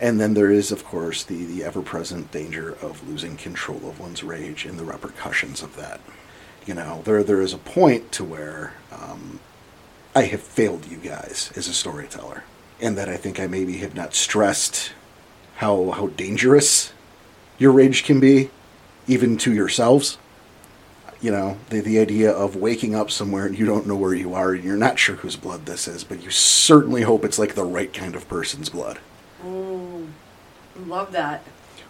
S1: and then there is, of course, the, the ever present danger of losing control of one's rage and the repercussions of that. You know, there there is a point to where um, I have failed you guys as a storyteller, and that I think I maybe have not stressed how how dangerous your rage can be, even to yourselves. You know, the the idea of waking up somewhere and you don't know where you are and you're not sure whose blood this is, but you certainly hope it's like the right kind of person's blood.
S2: Ooh, love that.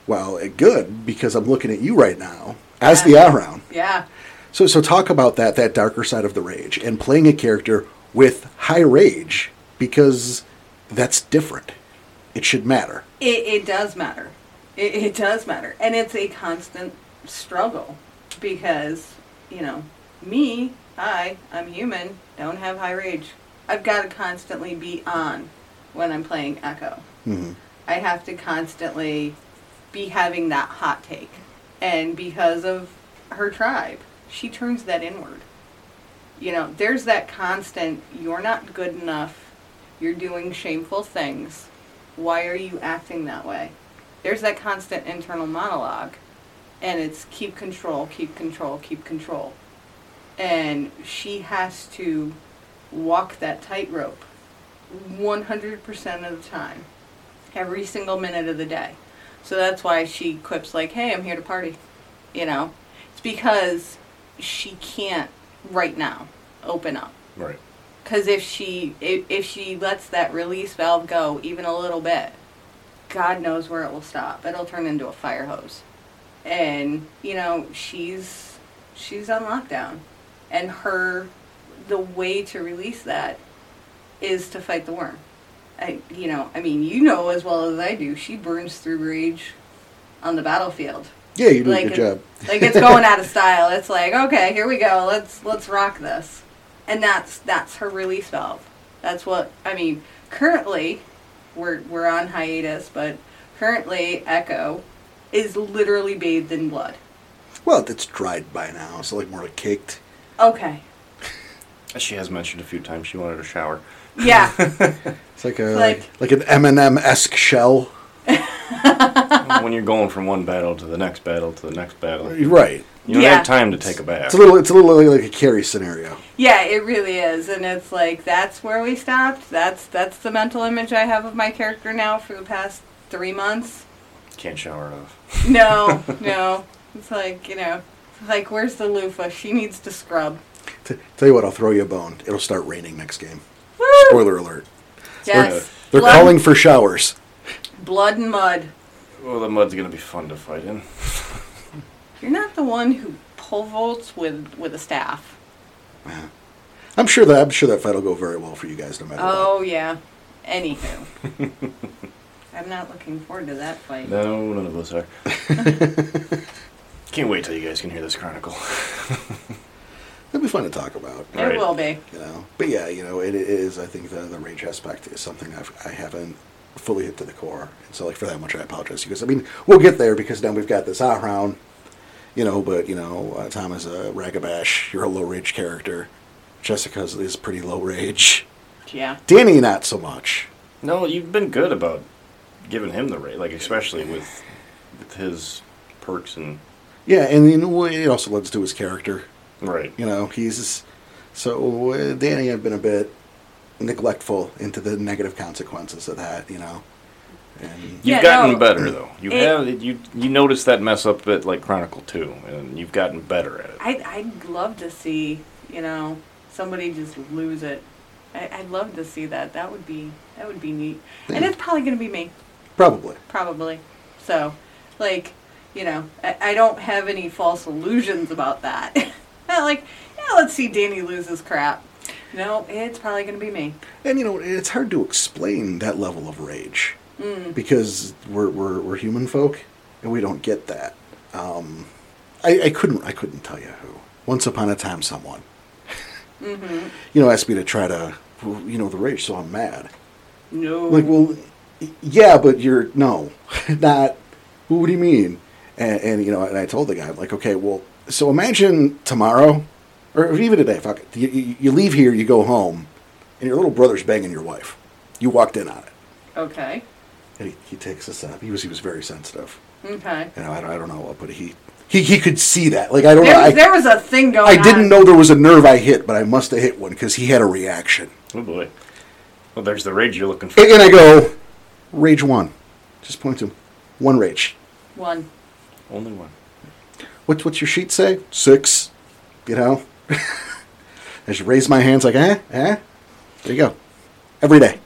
S1: Well, it good because I'm looking at you right now as the
S2: Yeah.
S1: Around.
S2: Yeah.
S1: So, so talk about that that darker side of the rage and playing a character with high rage because that's different. It should matter.
S2: It, it does matter. It, it does matter. And it's a constant struggle because, you know, me, I, I'm human, don't have high rage. I've got to constantly be on when I'm playing Echo.
S1: Mhm.
S2: I have to constantly be having that hot take. And because of her tribe, she turns that inward. You know, there's that constant, you're not good enough, you're doing shameful things, why are you acting that way? There's that constant internal monologue, and it's keep control, keep control, keep control. And she has to walk that tightrope 100% of the time every single minute of the day. So that's why she quips like, "Hey, I'm here to party." You know, it's because she can't right now open up.
S3: Right.
S2: Because if she if, if she lets that release valve go even a little bit, God knows where it will stop. It'll turn into a fire hose, and you know she's she's on lockdown, and her the way to release that is to fight the worm. I you know I mean you know as well as I do she burns through rage on the battlefield
S1: Yeah, you did a
S2: like
S1: good job.
S2: it- like it's going out of style. It's like, okay, here we go. Let's let's rock this. And that's that's her release valve. That's what I mean. Currently, we're we're on hiatus, but currently Echo is literally bathed in blood.
S1: Well, it's dried by now, so like more like caked.
S2: Okay.
S3: She has mentioned a few times she wanted a shower.
S2: Yeah.
S1: It's like a like,
S2: Like-
S1: an M and M esque shell.
S3: when you're going from one battle to the next battle to the next battle, you
S1: Right.
S3: don't
S2: Yeah.
S3: have time to take a bath.
S1: It's a little. It's a little like, like a carry scenario.
S2: Yeah, it really is, and it's like that's where we stopped. That's that's the mental image I have of my character now for the past three months.
S3: Can't shower enough.
S2: No, no. It's like you know, like where's the loofah? She needs to scrub.
S1: T- tell you what, I'll throw you a bone. It'll start raining next game.
S2: Woo!
S1: Spoiler alert.
S2: Yes.
S1: They're
S2: Blood-
S1: calling for showers.
S2: blood and mud.
S3: Well, the mud's gonna be fun to fight in.
S2: You're not the one who pole vaults with with a staff.
S1: I'm sure that I'm sure that fight will go very well for you guys, no matter. what.
S2: Oh yeah. Anywho, I'm not looking forward to that fight.
S3: No, none of us are. Can't wait till you guys can hear this chronicle.
S1: it'll be fun to talk about.
S2: it
S3: Right.
S2: will be.
S1: You know, but yeah, you know, it is. I think the the rage aspect is something I've, I haven't fully hit to the core, and so like for that much, I apologize because I mean we'll get there because now we've got this hot round, you know. But you know, uh, Tom is a ragabash. You're a low rage character. Jessica is pretty low rage.
S2: Yeah.
S1: Danny, not so much.
S3: No, you've been good about giving him the rate, like especially with, with his perks and
S1: Yeah, and you know, what, it also lends to his character.
S3: right.
S1: You know, he's so uh, Danny. I've been a bit neglectful into the negative consequences of that. You know, and
S3: You've
S2: Yeah,
S3: gotten
S2: no.
S3: better though. You
S2: It-
S3: have you you noticed that mess up at like Chronicle Two, and you've gotten better at it.
S2: I I'd love to see you know somebody just lose it. I, I'd love to see that. That would be that would be neat. And
S1: Yeah.
S2: it's probably gonna be me.
S1: probably.
S2: probably. So, like, you know, I, I don't have any false illusions about that. Not like, yeah, let's see Danny lose his crap. No, it's probably going to be me.
S1: And you know, it's hard to explain that level of rage because we're, we're we're human folk and we don't get that. Um, I, I couldn't I couldn't tell you who. Once upon a time, someone you know asked me to try to well, you know the rage, so I'm mad.
S2: No.
S1: Like, well, y- yeah, but you're no, not. What do you mean? And, and you know, and I told the guy, I'm like, okay, well, so imagine tomorrow, or even today. Fuck it. You- You, you leave here, you go home, and your little brother's banging your wife. You walked in on it,
S2: okay.
S1: and he, he takes us up. He was he was very sensitive.
S2: Okay.
S1: You know, I don't, I don't know what, but he he he could see that. Like I don't know.
S2: There,
S1: I,
S2: there was a thing
S1: I
S2: going on.
S1: didn't know there was a nerve I hit, but I must have hit one because he had a reaction.
S3: Oh boy. Well, there's the rage you're looking for.
S1: And, and I go, rage one. Just point to him. one rage.
S2: One.
S3: Only one.
S1: What, what's your sheet say? Six. You know? I just raise my hands like, eh, eh. There you go. Every day.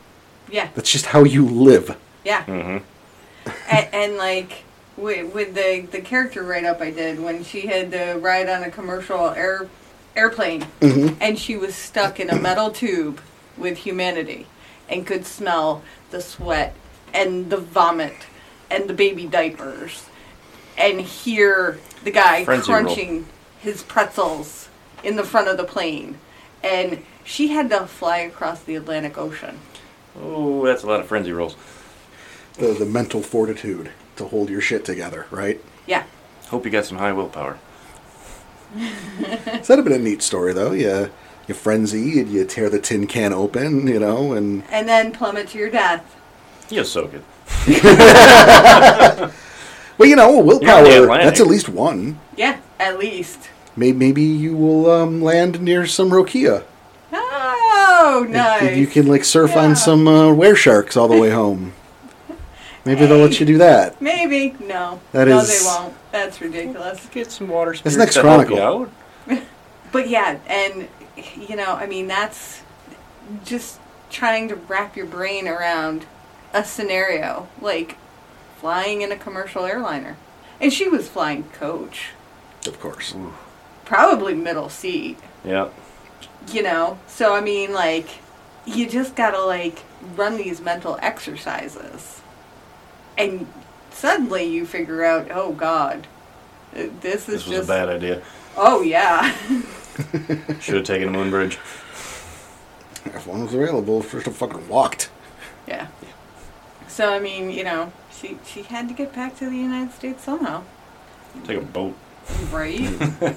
S2: Yeah.
S1: That's just how you live.
S2: Yeah.
S3: Mm-hmm.
S2: and, and like with, with the the character write up I did when she had to ride on a commercial air airplane
S3: Mm-hmm.
S2: and she was stuck in a metal tube with humanity and could smell the sweat and the vomit and the baby diapers and hear the guy
S3: Frenzy roll.
S2: crunching his pretzels in the front of the plane and she had to fly across the Atlantic Ocean.
S3: Oh, that's a lot of frenzy rolls.
S1: The, the mental fortitude to hold your shit together, right?
S2: Yeah.
S3: Hope you got some high willpower.
S1: So that'd have been a neat story, though. You, you frenzy, and you tear the tin can open, you know, and
S2: And then plummet to your death.
S3: You'll soak it.
S1: well, you know, willpower.
S3: Atlantic.
S1: That's at least one.
S2: Yeah, at least.
S1: Maybe, maybe you will um, land near some Rokia.
S2: Oh,
S1: Like,
S2: nice.
S1: You can like surf
S2: Yeah.
S1: on some uh, were sharks all the way home. Maybe they'll let you do that.
S2: Maybe. No.
S1: That
S2: no,
S1: is-
S2: they won't. That's ridiculous.
S3: Get some water
S1: That's
S3: spirits
S1: next
S3: to help you
S1: Chronicle.
S3: out.
S2: But yeah, and, you know, I mean, that's just trying to wrap your brain around a scenario like flying in a commercial airliner. And she was flying coach,
S1: Of course.
S2: probably middle seat.
S3: Yeah.
S2: you know so i mean like you just gotta like run these mental exercises and suddenly you figure out oh god uh, this is
S3: This was
S2: just
S3: a bad idea.
S2: oh yeah
S3: Should have taken Moonbridge.
S1: If one was available, first have fucking walked.
S2: yeah so i mean you know she she had to get back to the united states somehow
S3: Take a boat.
S2: right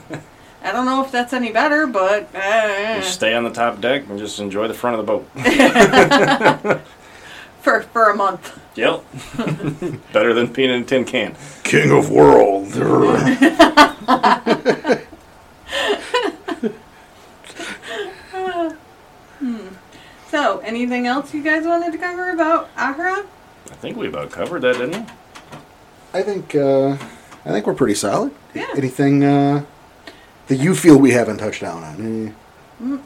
S2: i don't know if that's any better but uh,
S3: Just stay on the top deck and just enjoy the front of the boat.
S2: for for a month
S3: yep. Better than peeing in a tin can.
S1: King of world.
S2: so anything else you guys wanted to cover about ahra
S3: I think we about covered that, didn't we?
S1: I think uh, I think we're pretty solid.
S2: Yeah.
S1: Anything uh, that you feel we haven't touched down on? Eh,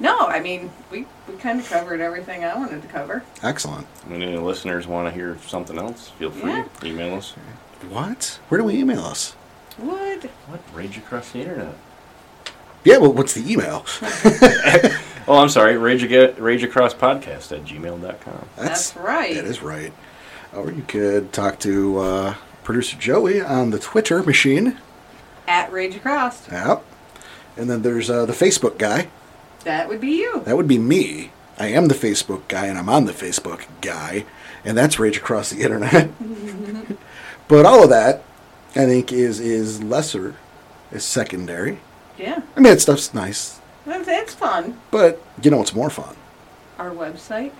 S2: No, I mean we we kind of covered everything I wanted to cover.
S1: Excellent.
S3: I mean, any listeners want to hear something else? Feel free.
S2: Yeah.
S3: Email us.
S1: What? Where do we email us?
S2: Would
S3: What? Rage across the internet.
S1: Yeah, well, what's the email?
S3: Oh, I'm sorry. Rage, aga rage across podcast at gmail.com.
S2: That's right.
S1: That is right. Or you could talk to uh, producer Joey on the Twitter machine.
S2: at Rage Across.
S1: Yep. And then there's uh, the Facebook guy.
S2: That would be you.
S1: That would be me. I am the Facebook guy, and I'm on the Facebook guy, and that's Rage Across the Internet. but all of that, I think, is is lesser, is secondary.
S2: Yeah.
S1: I mean, that stuff's nice,
S2: That's, it's fun.
S1: but you know what's more fun?
S2: Our website.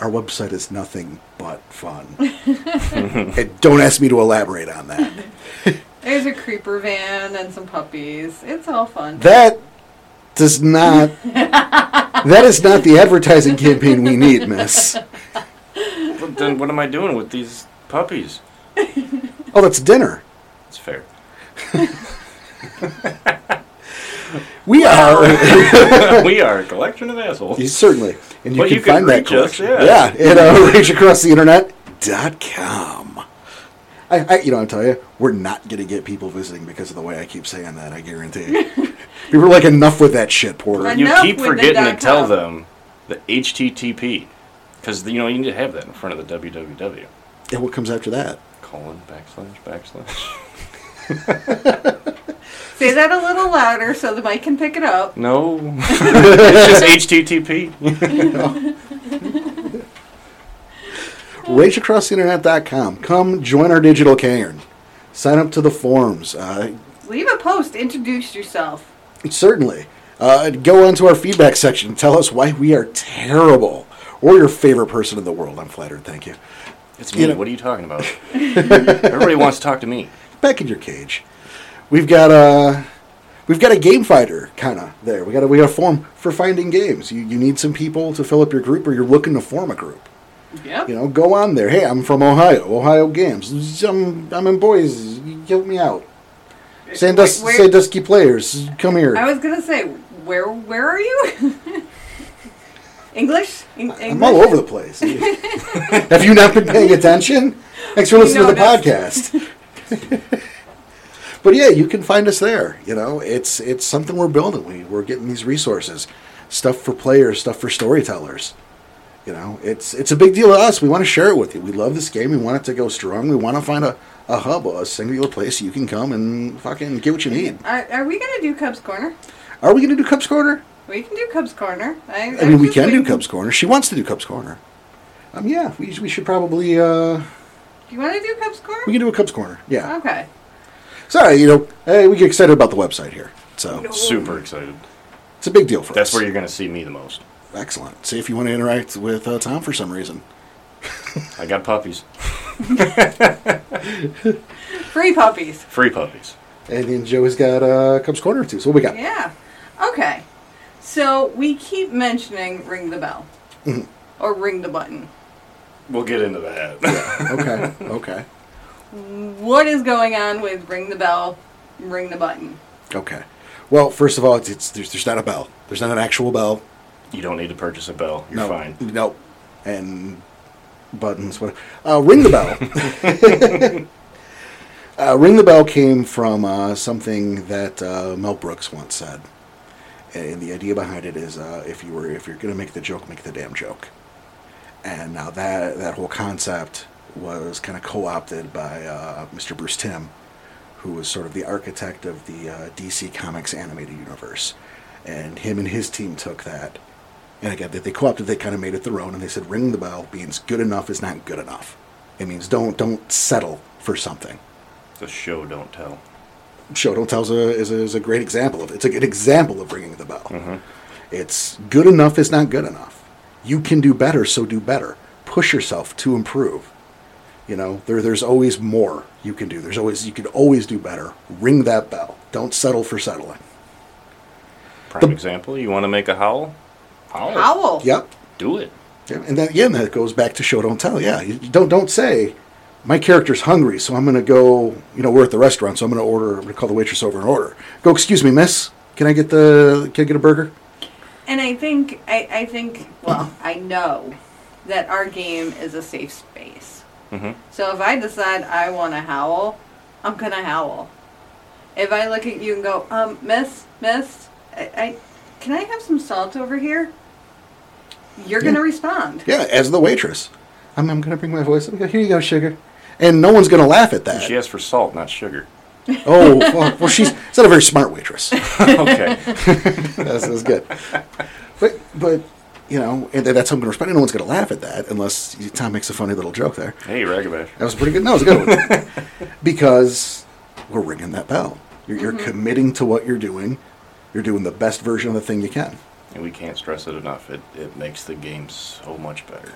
S1: Our website is nothing but fun. and don't ask me to elaborate on that.
S2: There's a creeper van and some puppies. It's all fun.
S1: That does not. that is not the advertising campaign we need, Miss.
S3: But then what am I doing with these puppies?
S1: Oh, that's dinner.
S3: It's fair.
S1: We are.
S3: we are a collection of assholes.
S1: You certainly. And you
S3: Well,
S1: can
S3: you can
S1: find that
S3: reach us,
S1: collection.
S3: yeah.
S1: yeah, at uh, rageacrosstheinternet.com. I, I, you know, I'll tell you, we're not going to get people visiting because of the way I keep saying that, I guarantee. people are like, enough with that shit, Porter.
S2: Right.
S3: You
S2: Enough
S3: keep
S2: with the
S3: forgetting to
S2: dot
S3: tell
S2: com.
S3: them the HTTP. Because, you know, you need to have that in front of the www.
S1: And what comes after that?
S3: Colon, backslash, backslash.
S2: Say that a little louder so the mic can pick it up.
S3: No. it's just HTTP.
S1: Rageacrosstheinternet.com. Come join our digital cairn. Sign up to the forums. Uh,
S2: Leave a post. Introduce yourself.
S1: Certainly. Uh, go on to our feedback section. and Tell us why we are terrible or your favorite person in the world. I'm flattered. Thank you.
S3: It's me.
S1: You know-
S3: what are you talking about? Everybody wants to talk to me.
S1: Back in your cage. We've got a we've got a game fighter kind of there. We got a, we got a form for finding games. You you need some people to fill up your group, or you're looking to form a group.
S2: Yep.
S1: You know, go on there. Hey, I'm from Ohio. Ohio games. I'm I'm in Boise. Help me out. Sandus-
S2: Where-
S1: Sandusky players, come here.
S2: I was gonna say, where where are you? English? In-
S1: I'm all over the place. Have you not been paying attention? Thanks for listening to the
S2: noticed.
S1: podcast. but yeah, you can find us there. You know, it's it's something we're building. We we're getting these resources, stuff for players, stuff for storytellers. You know, it's it's a big deal to us. We want to share it with you. We love this game. We want it to go strong. We want to find a, a hub, a singular place you can come and fucking get what you need.
S2: Are, are we gonna do Cubs Corner?
S1: Are we going to do Cubs Corner?
S2: We can do Cubs Corner. I,
S1: I mean, we can do Cubs Corner. She wants to do Cubs Corner. Um, yeah, we, we should probably uh,
S2: Do you want to do Cubs Corner?
S1: we can do a Cubs Corner. Yeah.
S2: Okay.
S1: Sorry, you know, hey, we get excited about the website here, so
S2: No.
S3: Super excited.
S1: it's a big deal for
S3: That's
S1: us.
S3: where you're going to see me the most.
S1: excellent. See if you want to interact with uh, Tom for some reason.
S3: I got puppies.
S2: Free puppies.
S3: Free puppies.
S1: And then Joey's got uh, Cubs Corner too. So what we got?
S2: Yeah. Okay. So we keep mentioning ring the bell or ring the button.
S3: We'll get into that.
S1: Okay, okay,
S2: What is going on with ring the bell, ring the button?
S1: okay. Well, first of all, it's, it's there's, there's not a bell. There's not an actual bell.
S3: you don't need to purchase a bell. You're
S1: no,
S3: fine.
S1: No, and buttons. What? Uh, ring the bell. uh, ring the bell came from uh, something that uh, Mel Brooks once said, and the idea behind it is uh, if you were if you're going to make the joke, make the damn joke. And now that that whole concept was kind of co-opted by uh, Mr. Bruce Timm, who was sort of the architect of the uh, DC Comics animated universe, and him and his team took that. And again, they, they co-opted, they kind of made it their own, and they said, "Ring the bell means good enough is not good enough. It means don't don't settle for something."
S3: The show don't tell.
S1: Show don't tell's a is a, is a great example of it's a good example of ringing the bell. It's good enough is not good enough. You can do better, so do better. Push yourself to improve. You know, there there's always more you can do. There's always you can always do better. Ring that bell. Don't settle for settling.
S3: Prime example. You want to make a howl? Howl.
S2: Owl.
S1: Yep.
S3: Do it.
S1: Yeah, and that again, that goes back to show don't tell. Yeah, you you don't don't say, my character's hungry, so I'm gonna go. You know, we're at the restaurant, so I'm gonna order. I'm gonna call the waitress over and order. Go, excuse me, miss. Can I get the? Can I get a burger?
S2: And I think I, I think well I know that our game is a safe space.
S1: Mm-hmm.
S3: hmm
S2: So if I decide I want to howl, I'm gonna howl. If I look at you and go, um, miss, miss, I, I can I have some salt over here? You're gonna respond.
S1: Yeah, as the waitress. I'm, I'm going to bring my voice up. Here you go, sugar. And no one's going to laugh at that.
S3: She asked for salt, not sugar.
S1: Oh, fuck. well, she's, she's not a very smart waitress.
S3: okay.
S1: that's, that's good. But but you know, and that's how I'm going to respond. No one's going to laugh at that unless Tom makes a funny little joke there.
S3: Hey, Ragabash.
S1: That was pretty good. No, it was a good one because we're ringing that bell. You're, you're committing to what you're doing. You're doing the best version of the thing you can.
S3: And we can't stress it enough. It, it makes the game so much better.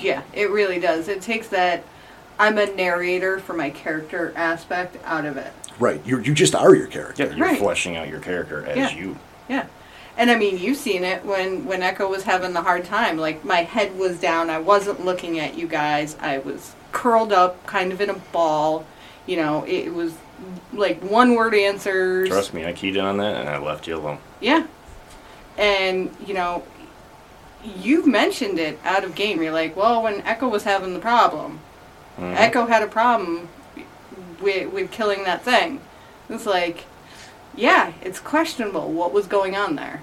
S2: Yeah, it really does. It takes that I'm a narrator for my character aspect out of it.
S1: Right. You you just are your character.
S3: Yeah, you're
S2: Right.
S3: fleshing out your character as
S2: Yeah.
S3: you.
S2: Yeah. And I mean, you've seen it when when Echo was having the hard time. Like my head was down. I wasn't looking at you guys. I was curled up, kind of in a ball. You know, it was like one word answers.
S3: Trust me, I keyed in on that and I left you alone.
S2: Yeah. And, you know, you've mentioned it out of game. You're like, well, when Echo was having the problem,
S3: Mhm.
S2: Echo had a problem with, with killing that thing. It's like, yeah, it's questionable what was going on there.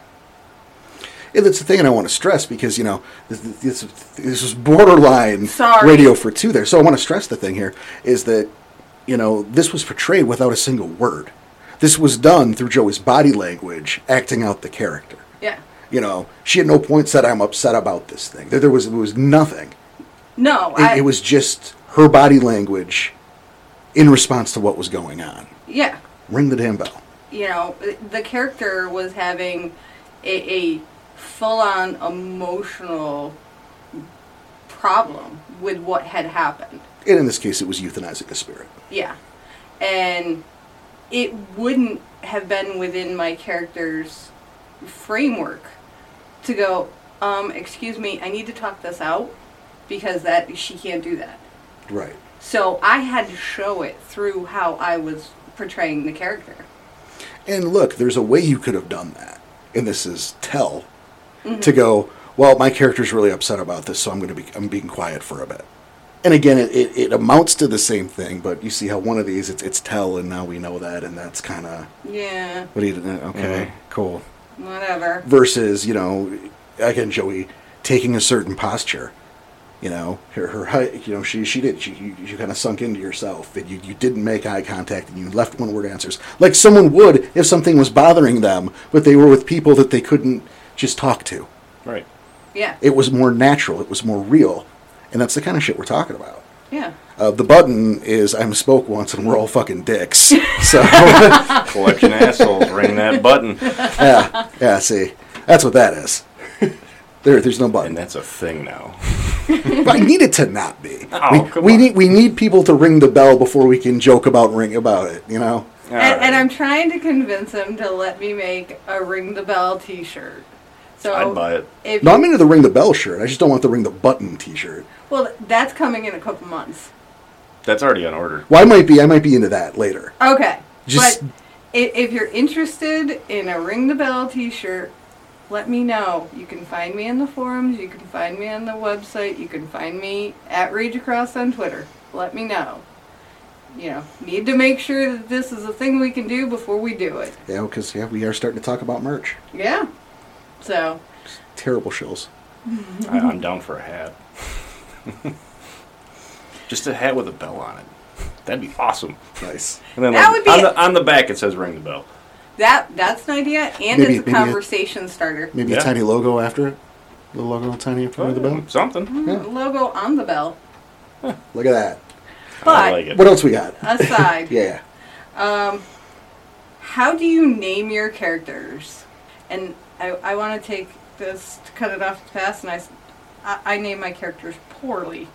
S1: And that's the thing, and I want to stress because you know this this, this is borderline
S2: Sorry.
S1: radio for two there. So I want to stress the thing here is that you know this was portrayed without a single word. This was done through Joey's body language, acting out the character.
S2: Yeah.
S1: You know, she at no point said I'm upset about this thing. There, there was it was nothing.
S2: No,
S1: It,
S2: I,
S1: it was just her body language in response to what was going on.
S2: yeah.
S1: Ring the damn bell.
S2: you know, the character was having a, a full on emotional problem with what had happened.
S1: And in this case, it was euthanizing a spirit.
S2: Yeah. And it wouldn't have been within my character's framework to go, um, excuse me, I need to talk this out because that she can't do that.
S1: Right.
S2: So I had to show it through how I was portraying the character.
S1: And look, there's a way you could have done that. And this is tell to go, well, my character's really upset about this, so I'm going to be I'm being quiet for a bit. And again, it, it, it amounts to the same thing, but you see how one of these it's it's tell and now we know that and that's kind of
S2: Yeah,
S1: what do you okay, cool.
S2: whatever.
S1: Versus, you know, again Joey taking a certain posture. You know, her, her height, you know, she she did she you, you kind of sunk into yourself and you, you didn't make eye contact and you left one word answers like someone would if something was bothering them, but they were with people that they couldn't just talk to.
S3: Right.
S2: Yeah.
S1: It was more natural, it was more real, and that's the kind of shit we're talking about.
S2: Yeah.
S1: Uh, the button is I spoke once and we're all fucking dicks. So
S3: Collection assholes, ring that button.
S1: yeah, yeah, see, that's what that is. There, there's no button.
S3: And that's a thing now.
S1: But I need it to not be.
S3: Oh,
S1: we,
S3: come
S1: we
S3: on.
S1: need we need people to ring the bell before we can joke about ring about it. You know,
S2: And, and I'm trying to convince him to let me make a ring the bell T-shirt. So
S3: I'd buy it.
S2: If
S1: no, I'm into the ring the bell shirt. I just don't want the ring the button T-shirt.
S2: well, that's coming in a couple months.
S3: That's already on order.
S1: Well, I might be I might be into that later.
S2: Okay.
S1: Just-
S2: but if, if you're interested in a ring the bell T-shirt, let me know. You can find me in the forums. You can find me on the website. You can find me at Rage Across on Twitter. Let me know. You know, need to make sure that this is a thing we can do before we do it.
S1: Yeah, because yeah, we are starting to talk about merch.
S2: Yeah. So
S1: Terrible shills.
S3: I, I'm down for a hat. Just a hat with a bell on it. That'd be awesome.
S1: Nice.
S3: And then
S2: That
S3: like,
S2: would be-
S3: on, the, on the back it says ring the bell.
S2: That that's an idea, and
S1: Maybe-
S2: it's
S1: maybe
S2: a
S1: it-
S2: conversation starter.
S1: Maybe a
S3: Yeah. Oh,
S1: tiny logo after it. Little logo, tiny after the bell.
S3: Something.
S1: Yeah.
S2: Logo on the bell.
S1: Look at that.
S3: I
S2: But-
S3: like it.
S1: What else we got?
S2: Aside,
S1: Yeah.
S2: how do you name your characters? And I, I want to take this to cut it off fast, and I, s- I- I name my characters poorly.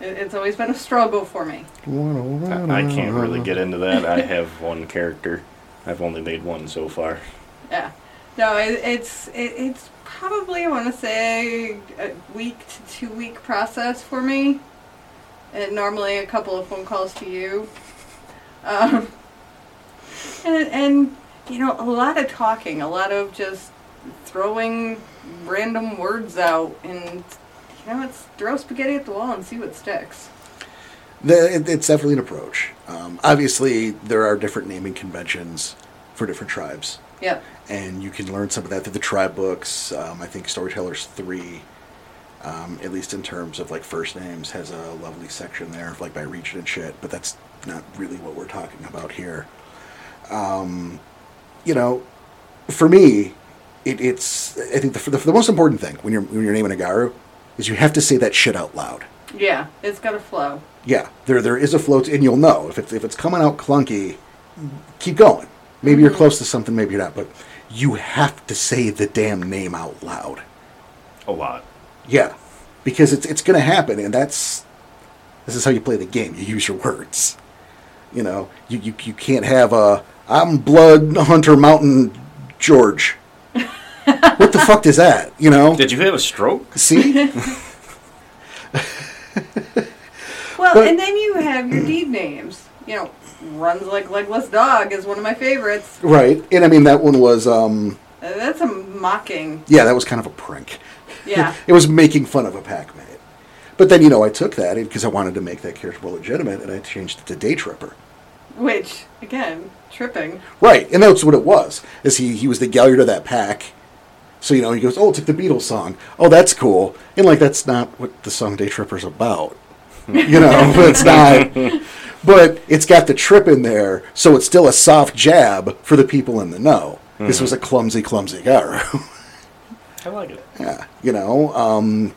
S2: It, it's always been a struggle for me.
S3: I, I can't really get into that. I have one character. I've only made one so far.
S2: Yeah. No, it, it's it, it's probably I want to say a week to two week process for me. And normally a couple of phone calls to you. Um, and, and you know a lot of talking, a lot of just throwing random words out and you know it's throw spaghetti at the wall and see what sticks.
S1: The, it, it's definitely an approach. Um, obviously, there are different naming conventions for different tribes,
S2: Yep.
S1: and you can learn some of that through the tribe books. Um, I think Storytellers Three, um, at least in terms of like first names, has a lovely section there, of, like by region and shit. But that's not really what we're talking about here. Um, you know, for me, it, it's I think the, the, the most important thing when you're when you're naming a garu is you have to say that shit out loud.
S2: Yeah, it's got to flow.
S1: Yeah, there there is a float, and you'll know if it's if it's coming out clunky. Keep going. Maybe you're close to something, maybe you're not, but you have to say the damn name out loud.
S3: A lot.
S1: Yeah, because it's it's going to happen, and that's this is how you play the game. You use your words. You know, you you, you can't have a I'm Blood Hunter Mountain George. what the fuck is that? You know,
S3: Did you have a stroke?
S1: see.
S2: Well,
S1: But-
S2: and then you have your deed names. You know, runs like legless dog is one of my favorites.
S1: Right. And I mean, that one was, um,
S2: Uh, That's a mocking.
S1: yeah, that was kind of a prank.
S2: Yeah.
S1: it was making fun of a Pac Man. But then, you know, I took that because I wanted to make that character more legitimate and I changed it to Day Tripper.
S2: Which again, tripping.
S1: Right. And that's what it was, is he, he was the Galliard of that pack. So, you know, he goes, oh, it's like the Beatles song. Oh, that's cool. And, like, that's not what the song Day Tripper's about. you know, it's not. But it's got the trip in there, so it's still a soft jab for the people in the know. This was a clumsy, clumsy Garu.
S3: I like it.
S1: Yeah, you know. Um,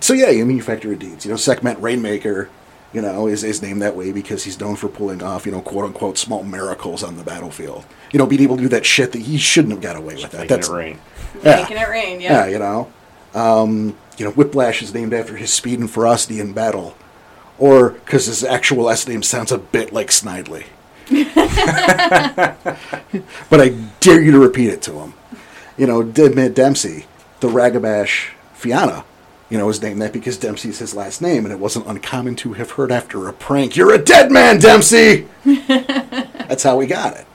S1: so yeah, you manufacture deeds. You know, Sekhmet Rainmaker, you know, is, is named that way because he's known for pulling off, you know, quote unquote, small miracles on the battlefield. You know, being able to do that shit that he shouldn't have got away with. That
S3: Making
S1: that's
S3: it rain.
S1: Yeah.
S2: Making it rain.
S1: yeah,
S2: Yeah.
S1: you know. Um, you know, Whiplash is named after his speed and ferocity in battle, or because his actual last name sounds a bit like Snidely. but I dare you to repeat it to him. You know, Mid Dempsey, the Ragabash Fiana, you know, is named that because Dempsey's his last name, and it wasn't uncommon to have heard after a prank, "You're a dead man, Dempsey." that's how we got it.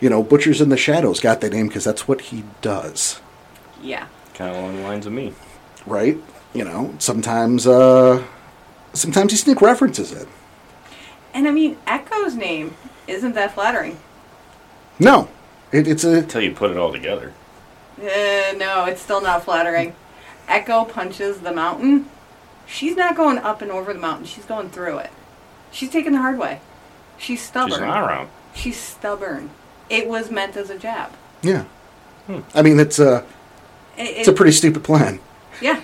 S1: You know, Butchers in the Shadows got that name because that's what he does
S2: Yeah.
S3: Kind of along the lines of me.
S1: right? You know, sometimes uh sometimes you sneak references in.
S2: And I mean, Echo's name isn't that flattering.
S1: No, it, it's a
S3: Until you put it all together.
S2: Uh, no, it's still not flattering. Echo punches the mountain. She's not going up and over the mountain. She's going through it. She's taking the hard way. She's stubborn.
S3: She's an around.
S2: She's stubborn. It was meant as a jab.
S1: yeah. I mean, it's a
S2: It,
S1: it's a
S2: it-
S1: pretty stupid plan.
S2: Yeah.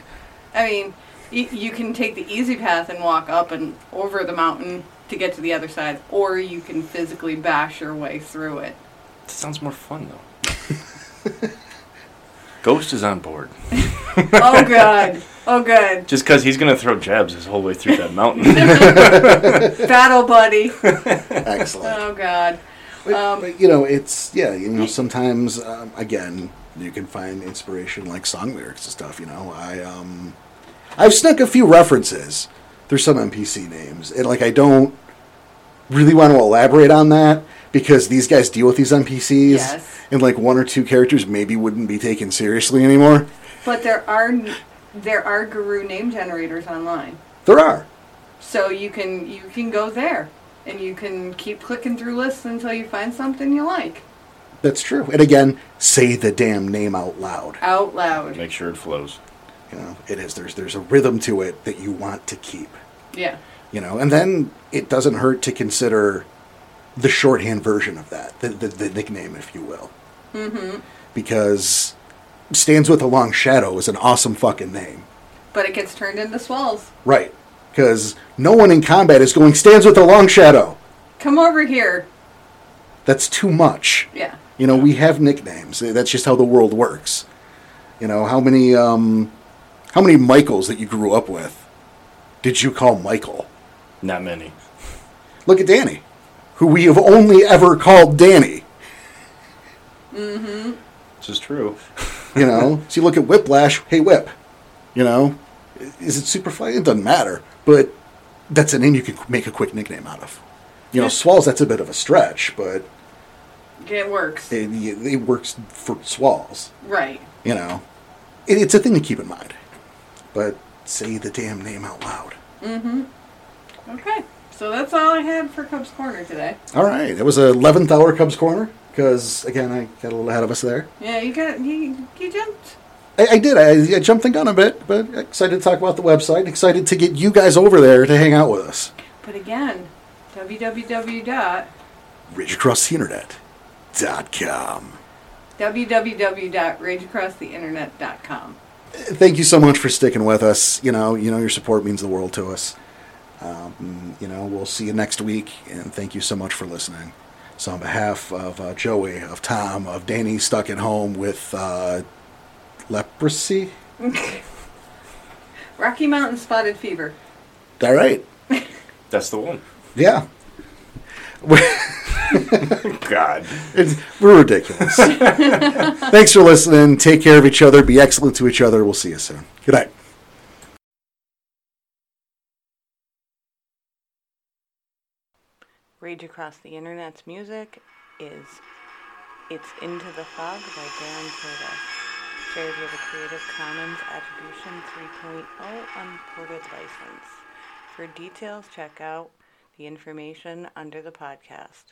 S2: I mean, y- you can take the easy path and walk up and over the mountain to get to the other side, or you can physically bash your way through it.
S3: That sounds more fun though. Ghost is on board.
S2: Oh, God. Oh, good.
S3: Just because he's gonna throw jabs his whole way through that mountain.
S2: Battle buddy.
S1: Excellent.
S2: Oh, God.
S1: But-
S2: um,
S1: but, you know, it's yeah. You know, sometimes um, again, you can find inspiration like song lyrics and stuff. You know, I um, I've snuck a few references through some NPC names, and like I don't really want to elaborate on that because these guys deal with these NPCs,
S2: Yes.
S1: and like one or two characters maybe wouldn't be taken seriously anymore.
S2: But there are there are guru name generators online,
S1: There are.
S2: so you can you can go there, and you can keep clicking through lists until you find something you like
S1: That's true. And again, say the damn name out loud.
S2: out loud.
S3: Make sure it flows.
S1: You know, it is. There's there's a rhythm to it that you want to keep.
S2: Yeah.
S1: you know and then it doesn't hurt to consider the shorthand version of that the, the, the nickname if you will mm-hmm. because stands with a long shadow is an awesome fucking name
S2: But it gets turned into swells.
S1: right because no one in combat is going stands with a long shadow
S2: Come over here.
S1: that's too much
S2: Yeah.
S1: you know we have nicknames that's just how the world works you know how many um how many michaels that you grew up with did you call michael
S3: Not many.
S1: Look at Danny, who we have only ever called Danny.
S3: This is true.
S1: You know, so you look at Whiplash, hey Whip. You know, is it Superfly? It doesn't matter, but that's a name you can make a quick nickname out of. You know, Swalls, that's a bit of a stretch, but
S2: It works.
S1: it, it works for Swalls.
S2: Right.
S1: You know, it, it's a thing to keep in mind. But say the damn name out loud.
S2: Mm-hmm. Okay. So that's all I had for Cubs Corner today.
S1: All right, it was a 11th hour Cubs corner because again I got a little ahead of us there.
S2: Yeah, you got you you jumped.
S1: I, I did. I, I jumped the gun a bit, but excited to talk about the website. Excited to get you guys over there to hang out with us.
S2: But again, www dot
S1: RidgeacrossTheInternet.com.
S2: www.rageacrosstheinternet.com.
S1: Thank you so much for sticking with us. You know, you know your support means the world to us. Um, you know, we'll see you next week, and thank you so much for listening. So, on behalf of uh, Joey, of Tom, of Danny, stuck at home with uh, leprosy.
S2: Rocky Mountain Spotted Fever.
S1: All right,
S3: That's the one.
S1: yeah, we're,
S3: God.
S1: it's, we're ridiculous. Thanks for listening. Take care of each other. Be excellent to each other. We'll see you soon. Good night.
S2: Rage Across the Internet's music is It's Into the Fog by Darren Curtis. Shared with a Creative Commons Attribution 3.0 Unported license. For details, check out the information under the podcast.